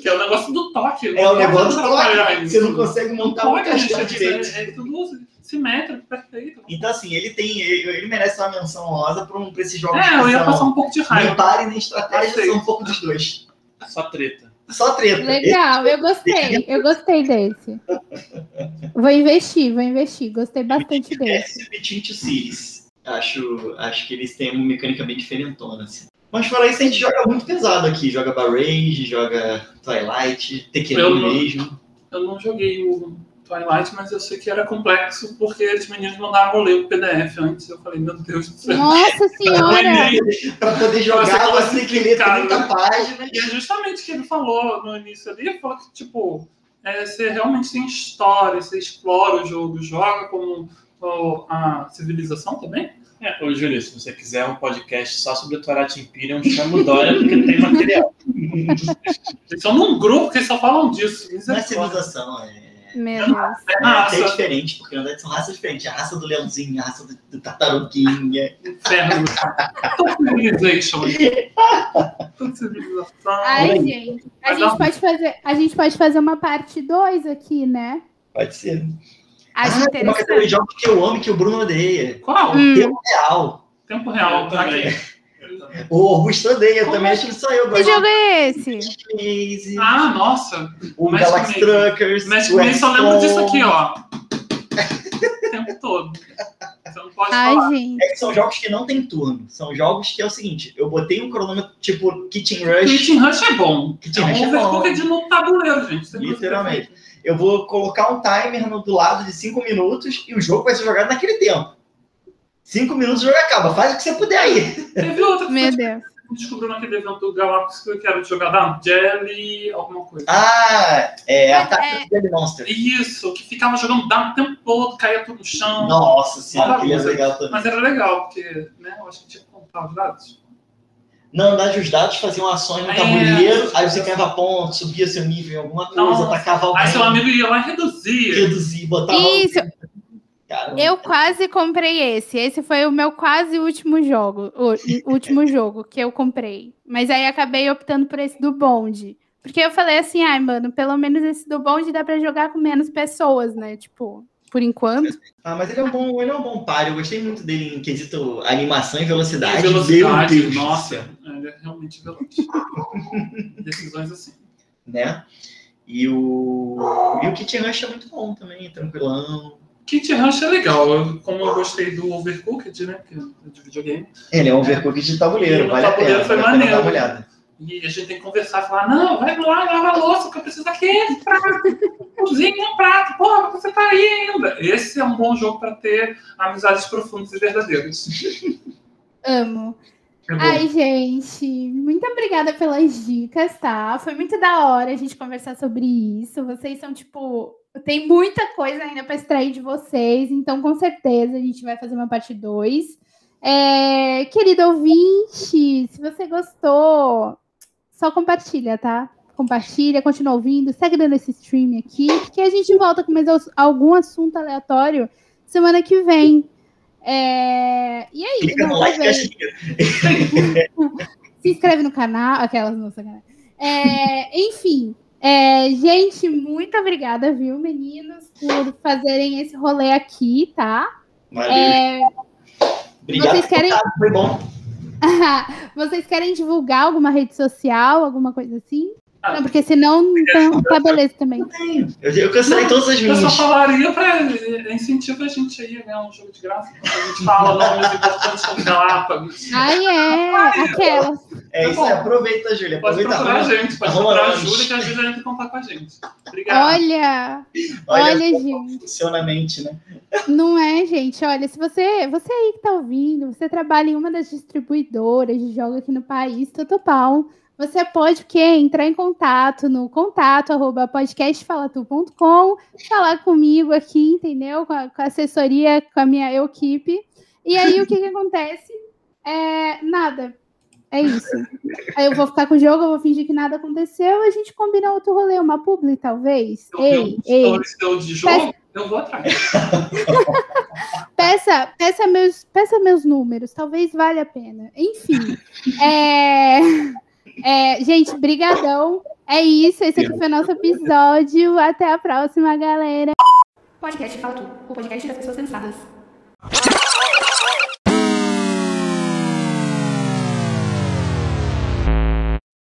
Speaker 2: Que é o negócio do toque.
Speaker 3: É o negócio do
Speaker 2: trabalhar
Speaker 3: toque.
Speaker 2: isso.
Speaker 3: Você não consegue montar um
Speaker 2: Pode,
Speaker 3: castelo
Speaker 2: gente,
Speaker 3: direito.
Speaker 2: é, é tudo simétrico, perfeito.
Speaker 3: Então, assim, ele tem. Ele, ele merece uma menção honrosa pra, um, pra esses jogos
Speaker 2: É, eu
Speaker 3: que
Speaker 2: ia passar
Speaker 3: são
Speaker 2: um pouco de
Speaker 3: nem
Speaker 2: raiva.
Speaker 3: pare nem estratégia,
Speaker 2: Aceito.
Speaker 3: são um pouco dos dois.
Speaker 5: Só treta.
Speaker 3: Só treta.
Speaker 1: Legal, eu gostei. Eu gostei desse. Vou investir, vou investir. Gostei bastante dele.
Speaker 3: Esse Petite Series. Acho, acho que eles têm uma mecânica bem diferentona. Assim. Mas fora isso, a gente joga muito pesado aqui. Joga Barrage, joga Twilight,
Speaker 2: Eu
Speaker 3: Tekken
Speaker 2: não-
Speaker 3: mesmo.
Speaker 2: Eu não joguei o Twilight, mas eu sei que era complexo porque os meninos mandavam eu ler o PDF antes. Eu falei, meu Deus do céu.
Speaker 1: Nossa
Speaker 2: Não é
Speaker 1: senhora!
Speaker 2: nem-
Speaker 3: Pra poder
Speaker 2: Você
Speaker 3: jogar,
Speaker 2: fala
Speaker 3: você tem
Speaker 2: assim,
Speaker 3: que ler
Speaker 2: cara,
Speaker 3: 30
Speaker 2: né?
Speaker 3: páginas.
Speaker 2: E é justamente o que ele falou no início ali, ele falou que, tipo, é, você realmente tem história, você explora o jogo, joga como ó, a civilização também.
Speaker 5: É, ô Júlio, se você quiser um podcast só sobre o Torat Imperium, chama o Dória porque tem material.
Speaker 2: Eles são num grupo que só falam disso.
Speaker 3: Não é
Speaker 2: Misericórdia.
Speaker 3: civilização, é.
Speaker 1: Meu Deus.
Speaker 2: É
Speaker 3: É
Speaker 2: raça,
Speaker 3: diferente, porque na verdade são raças diferentes. A raça do leãozinho, a raça do, do tartaruguinha. [laughs]
Speaker 2: inferno. Tudo civilization. Tudo civilização.
Speaker 1: Ai, gente. A gente pode fazer, a gente pode fazer uma parte 2 aqui, né?
Speaker 3: Pode ser.
Speaker 1: Acho
Speaker 3: ah, tem uma
Speaker 1: interessante.
Speaker 3: categoria de jogos que eu amo e que o Bruno odeia.
Speaker 2: Qual?
Speaker 1: Hum.
Speaker 3: Tempo real.
Speaker 2: Tempo real.
Speaker 5: Eu
Speaker 2: tá
Speaker 5: também.
Speaker 2: aqui. Eu também.
Speaker 3: O Augusto odeia, eu
Speaker 2: Como
Speaker 3: também
Speaker 2: é?
Speaker 3: acho que só eu.
Speaker 1: Que
Speaker 3: gosto.
Speaker 1: jogo é esse?
Speaker 3: Crazy.
Speaker 2: Ah, nossa.
Speaker 3: O
Speaker 2: Mas
Speaker 3: Galaxy
Speaker 2: comigo.
Speaker 3: Truckers.
Speaker 2: Mas
Speaker 3: o
Speaker 2: também só lembro disso
Speaker 3: X-Con.
Speaker 2: aqui, ó. O tempo todo. Você não pode
Speaker 1: Ai,
Speaker 2: falar.
Speaker 1: gente.
Speaker 3: É que são jogos que não tem turno. São jogos que é o seguinte: eu botei um cronômetro tipo Kitchen Rush.
Speaker 2: Kitchen Rush é bom.
Speaker 3: Kitchen
Speaker 2: é
Speaker 3: Rush é
Speaker 2: um
Speaker 3: bom.
Speaker 2: overcooked no tabuleiro, gente. Tem coisa
Speaker 3: Literalmente. Eu vou colocar um timer no- do lado de 5 minutos e o jogo vai ser jogado naquele tempo. 5 minutos o jogo acaba. Faz o que você puder aí.
Speaker 2: perfeita. Teve outra que
Speaker 1: Meu
Speaker 2: você
Speaker 1: Deus.
Speaker 2: descobriu naquele evento do Galapagos que eu quero jogar da Jelly, alguma coisa.
Speaker 3: Ah, é.
Speaker 1: Mas
Speaker 3: Ataque
Speaker 1: é-
Speaker 3: do Dead Monster.
Speaker 2: Isso, que ficava jogando dado o tempo todo, caía tudo no chão.
Speaker 3: Nossa senhora, que
Speaker 2: Maravilha.
Speaker 3: legal também.
Speaker 2: Mas era legal, porque né, eu acho que tinha que contar os dados.
Speaker 3: Na verdade, os dados faziam ações no
Speaker 2: É.
Speaker 3: tabuleiro, aí você ganhava ponto, subia seu nível em alguma coisa,
Speaker 2: Nossa.
Speaker 3: atacava alguém,
Speaker 2: Aí seu amigo ia lá e reduzia.
Speaker 3: reduzia, botava.
Speaker 1: Isso,
Speaker 3: Cara,
Speaker 1: eu quase comprei esse. Esse foi o meu quase último jogo, o último jogo que eu comprei. Mas aí acabei optando por esse do bonde. Porque eu falei assim, ai, mano, pelo menos esse do bonde dá pra jogar com menos pessoas, né? Tipo, por enquanto.
Speaker 3: Ah, mas ele é um bom, ele é um bom par. Eu gostei muito dele em quesito animação e velocidade.
Speaker 2: E
Speaker 3: Meu
Speaker 2: velocidade, [laughs]
Speaker 3: Deus.
Speaker 2: nossa, ele é realmente veloz. Decisões assim.
Speaker 3: Né? E o, e o Kit Rush é muito bom também, tranquilão.
Speaker 2: Kit Rush é legal, eu- como eu gostei do Overcooked, né? Que é de videogame.
Speaker 3: Ele é um overcooked de
Speaker 2: E
Speaker 3: tabuleiro,
Speaker 2: no
Speaker 3: vale a
Speaker 2: tabuleiro
Speaker 3: pena.
Speaker 2: foi
Speaker 3: vale a pena dar uma
Speaker 2: maneiro.
Speaker 3: olhada.
Speaker 2: E a gente tem que conversar, falar, não, vai lá, lava a louça, que eu preciso daquele prato, cozinha um prato, porra, você tá aí ainda. Esse é um bom jogo pra ter amizades profundas e verdadeiras.
Speaker 1: Amo.
Speaker 2: É bom.
Speaker 1: Ai, gente, muito obrigada pelas dicas, tá? Foi muito da hora a gente conversar sobre isso. Vocês são, tipo, tem muita coisa ainda para extrair de vocês, então com certeza a gente vai fazer uma parte 2. É, querido ouvinte, se você gostou, só compartilha, tá? Compartilha, continua ouvindo, segue dando esse stream aqui, que a gente volta com mais al- algum assunto aleatório semana que vem. É, E aí,
Speaker 3: Clica no
Speaker 1: não,
Speaker 3: like e
Speaker 1: talvez.
Speaker 3: acha-
Speaker 1: Se inscreve no canal, aquelas não sacanagem. É, enfim, é, gente, muito obrigada, viu, meninos, por fazerem esse rolê aqui, tá?
Speaker 3: Valeu.
Speaker 1: É,
Speaker 3: Obrigado.
Speaker 1: vocês querem-
Speaker 3: Foi bom.
Speaker 1: vocês querem divulgar alguma rede social, alguma coisa assim?
Speaker 2: Ah.
Speaker 1: Não, porque senão então, tá beleza também.
Speaker 3: Eu, eu cancelei todas as
Speaker 2: Eu só
Speaker 3: minhas.
Speaker 2: falaria pra incentivo a gente aí a ganhar um jogo de graça. quando A gente fala nomes importantes como Galápagos.
Speaker 1: Ai, é, aquelas.
Speaker 3: É isso aí, aproveita,
Speaker 2: Tá
Speaker 3: Júlia.
Speaker 2: Pode
Speaker 3: Aproveita.
Speaker 2: procurar a gente, pode
Speaker 3: Arruma
Speaker 2: procurar a
Speaker 3: lá.
Speaker 2: Júlia, que a Júlia entra em contato com a gente. Obrigado.
Speaker 1: Olha,
Speaker 3: Olha,
Speaker 1: olha,
Speaker 3: como
Speaker 1: gente.
Speaker 3: funciona a mente, né?
Speaker 1: Não é, gente. Olha, se você, você aí que tá ouvindo, você trabalha em uma das distribuidoras de jogo aqui no país, Toto Pau, você pode o quê? entrar em contato no contato arroba podcastfalatu.com, falar comigo aqui, entendeu? Com a, com a assessoria, com a minha equipe. E aí o que que acontece? É nada. É isso. Aí eu vou ficar com o jogo, eu vou fingir que nada aconteceu, a gente combina outro rolê, uma publi, talvez.
Speaker 2: Eu vi
Speaker 1: Ei,
Speaker 2: um
Speaker 1: ei.
Speaker 2: story seu de jogo, eu vou atrás.
Speaker 1: Peça, peça, meus, peça meus números, talvez valha a pena. Enfim. [laughs] é, é, gente, brigadão. É isso, esse aqui foi o nosso episódio. Até a próxima, galera.
Speaker 6: Podcast Fala Tu, o podcast das pessoas sensadas.